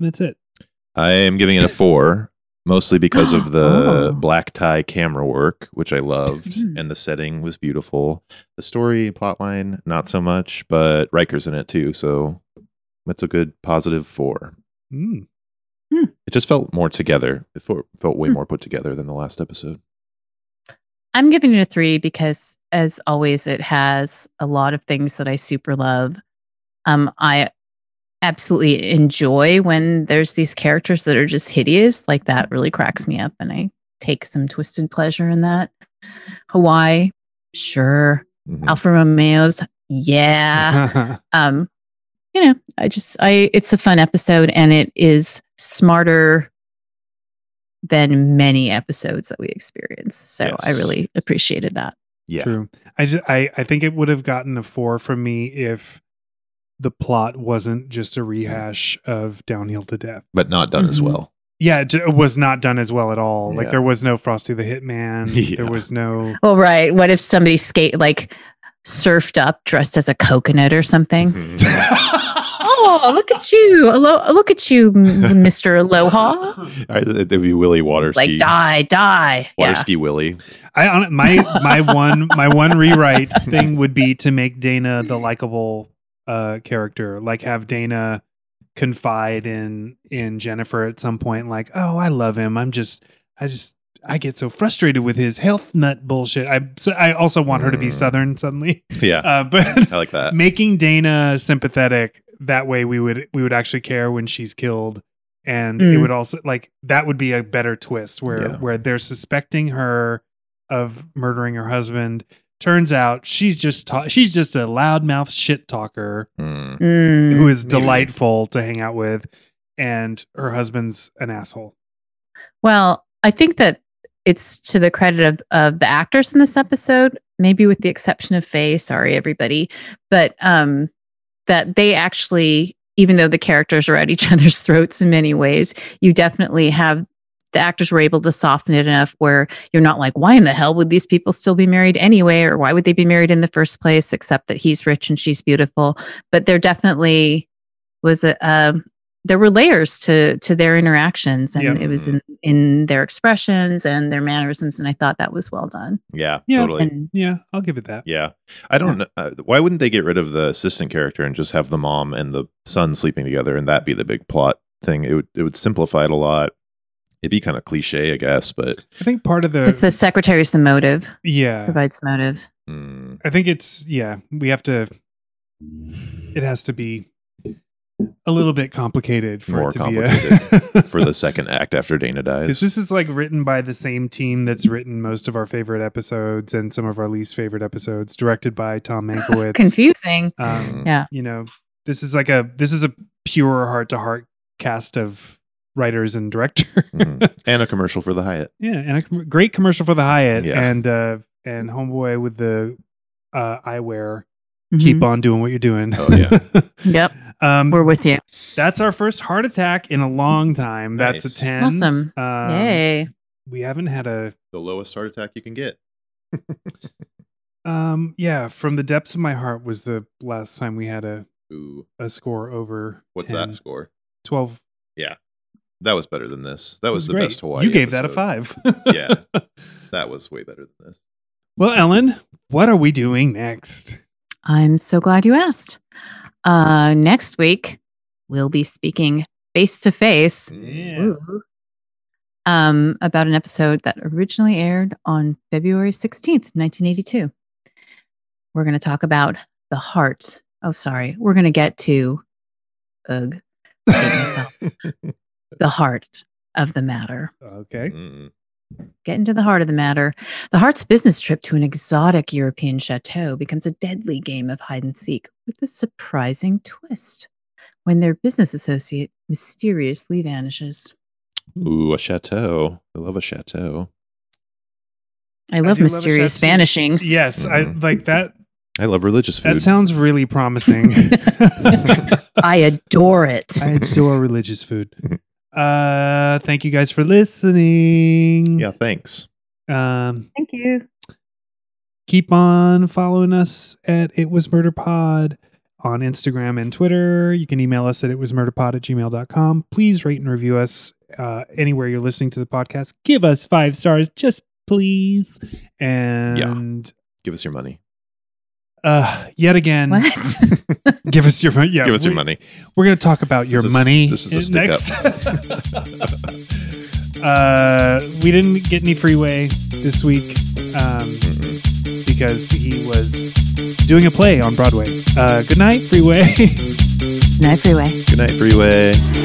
Speaker 1: that's it.
Speaker 2: I am giving it a four, mostly because of the
Speaker 4: Oh.
Speaker 2: black tie camera work, which I loved,
Speaker 4: Mm.
Speaker 2: and the setting was beautiful. The story plotline, not so much, but Riker's in it too, so that's a good positive four.
Speaker 1: Mm.
Speaker 2: It just felt more together. It felt, felt way
Speaker 4: Hmm.
Speaker 2: more put together than the last episode.
Speaker 4: I'm giving it a three because, as always, it has a lot of things that I super love. Um, I absolutely enjoy when there's these characters that are just hideous. Like that really cracks me up, and I take some twisted pleasure in that. Hawaii, sure.
Speaker 2: Mhm.
Speaker 4: Alfa Romeo's, yeah um you know i just i it's a fun episode and it is smarter than many episodes that we experience so i
Speaker 2: Yes.
Speaker 4: really appreciated that
Speaker 2: yeah.
Speaker 1: True. I just I, I think it would have gotten a four from me if the plot wasn't just a rehash of Downhill to Death.
Speaker 2: But not done as
Speaker 4: Mhm.
Speaker 2: well.
Speaker 1: Yeah, it j- was not done as well at all. Like
Speaker 2: Yeah.
Speaker 1: there was no Frosty the Hitman.
Speaker 2: Yeah.
Speaker 1: There was no
Speaker 4: well right what if somebody skate like surfed up dressed as a coconut or something
Speaker 2: Mhm.
Speaker 4: oh look at you Alo- look at you M- mr aloha
Speaker 2: All right, It'd be Willie
Speaker 4: It's
Speaker 2: Waterski.
Speaker 4: like die die yeah
Speaker 2: Waterski Willie.
Speaker 1: I on my my one my one rewrite thing would be to make Dana the likable uh character. Like have Dana confide in in Jennifer at some point like, "Oh, I love him. I'm just I just I get so frustrated with his health nut bullshit." I so I also want her to be
Speaker 2: Mm.
Speaker 1: southern suddenly.
Speaker 2: Yeah.
Speaker 1: Uh but
Speaker 2: I like that.
Speaker 1: making Dana sympathetic that way we would we would actually care when she's killed and it
Speaker 4: Mm.
Speaker 1: would also like that would be a better twist where
Speaker 2: Yeah.
Speaker 1: where they're suspecting her of murdering her husband turns out she's just ta- she's just a loudmouth shit talker
Speaker 2: Mm.
Speaker 4: Mm.
Speaker 1: who is
Speaker 2: maybe.
Speaker 1: delightful to hang out with and her husband's an asshole
Speaker 4: Well, I think that it's to the credit of, of the actors in this episode, maybe with the exception of Faye. Sorry, everybody. But um, that they actually, even though the characters are at each other's throats in many ways, you definitely have the actors were able to soften it enough where you're not like, why in the hell would these people still be married anyway? Or why would they be married in the first place, except that he's rich and she's beautiful? But there definitely was a, um, there were layers to to their interactions and
Speaker 1: Yeah.
Speaker 4: it was in in their expressions and their mannerisms and i thought that was well done
Speaker 2: Yeah,
Speaker 1: Yeah.
Speaker 2: Totally.
Speaker 4: and
Speaker 1: yeah i'll give it that
Speaker 2: Yeah. I don't know. Uh, why wouldn't they get rid of the assistant character and just have the mom and the son sleeping together and that be the big plot thing? It would it would simplify it a lot. It'd be kind of cliche, I guess, but
Speaker 1: i think part of
Speaker 4: because
Speaker 1: the
Speaker 4: the secretary's the motive
Speaker 1: yeah
Speaker 4: provides motive
Speaker 2: mm,
Speaker 1: I think it's yeah, we have to it has to be a little bit complicated for
Speaker 2: More
Speaker 1: it to be a,
Speaker 2: complicated for the second act after Dana dies.
Speaker 1: Because this is like written by the same team that's written most of our favorite episodes and some of our least favorite episodes, directed by Tom Mankiewicz.
Speaker 4: confusing
Speaker 2: Mm.
Speaker 1: um,
Speaker 4: yeah
Speaker 1: you know, this is like a this is a pure heart to heart cast of writers and director.
Speaker 2: Mm. and a commercial for the Hyatt.
Speaker 1: Yeah, and a com- great commercial for the Hyatt
Speaker 2: Yeah.
Speaker 1: and uh and Homeboy with the uh eyewear.
Speaker 4: Mhm.
Speaker 1: Keep on doing what you're doing.
Speaker 2: Oh, yeah.
Speaker 4: Mm-hmm. yep
Speaker 1: Um,
Speaker 4: we're with you
Speaker 1: that's our first heart attack in a long time. That's
Speaker 2: Mm-hmm. Nice.
Speaker 1: a ten.
Speaker 4: awesome
Speaker 1: Um,
Speaker 4: yay
Speaker 1: We haven't had a
Speaker 2: The lowest heart attack you can get.
Speaker 1: um yeah from the depths of my heart was the last time we had a
Speaker 2: Ooh,
Speaker 1: a score over
Speaker 2: what's
Speaker 1: 10.
Speaker 2: that score?
Speaker 1: twelve.
Speaker 2: That was better than this. That was, the
Speaker 1: great.
Speaker 2: best Hawaii.
Speaker 1: You gave that a
Speaker 2: episode.
Speaker 1: five.
Speaker 2: Yeah. That was way better than this.
Speaker 1: Well, Ellen, what are we doing next?
Speaker 4: i'm so glad you asked uh next week we'll be speaking face to face
Speaker 2: Mm.
Speaker 4: Ooh. um, about an episode that originally aired on February 16th, 1982. We're going to talk about the heart. Oh, sorry. We're going to get to, ugh, hate myself. the heart of the matter.
Speaker 1: Okay.
Speaker 2: Mm.
Speaker 4: Get into the heart of the matter. The heart's business trip to an exotic European chateau becomes a deadly game of hide and seek with a surprising twist when their business associate mysteriously vanishes.
Speaker 2: Ooh, a chateau. I love a chateau.
Speaker 4: I love
Speaker 1: do love a
Speaker 4: mysterious
Speaker 1: chateau.
Speaker 4: vanishings.
Speaker 1: Yes, I
Speaker 2: Mhm.
Speaker 1: like that.
Speaker 2: I love religious food.
Speaker 1: That sounds really promising.
Speaker 4: I adore it.
Speaker 1: I adore religious
Speaker 2: Mm-hmm.
Speaker 1: food. Uh, thank you guys for listening.
Speaker 2: yeah, thanks.
Speaker 1: Um,
Speaker 3: Thank you.
Speaker 1: keep on following us at It Was Murder Pod on Instagram and Twitter. You can email us at itwasmurderpod at gmail.com. Please rate and review us uh, anywhere you're listening to the podcast. Give us five stars, just please. And
Speaker 2: Give us your money.
Speaker 1: uh, yet again,
Speaker 4: What?
Speaker 1: give us your money. Yeah,
Speaker 2: Give us your
Speaker 1: we-
Speaker 2: money.
Speaker 1: We're going to talk about
Speaker 2: This
Speaker 1: your
Speaker 2: is a s-
Speaker 1: money.
Speaker 2: this is a
Speaker 1: in
Speaker 2: stick
Speaker 1: next. uh, we didn't get any freeway this week. Um,
Speaker 2: Mm-mm.
Speaker 1: because he was doing a play on Broadway. Uh, good night, Freeway.
Speaker 4: Night freeway.
Speaker 2: Good night, freeway.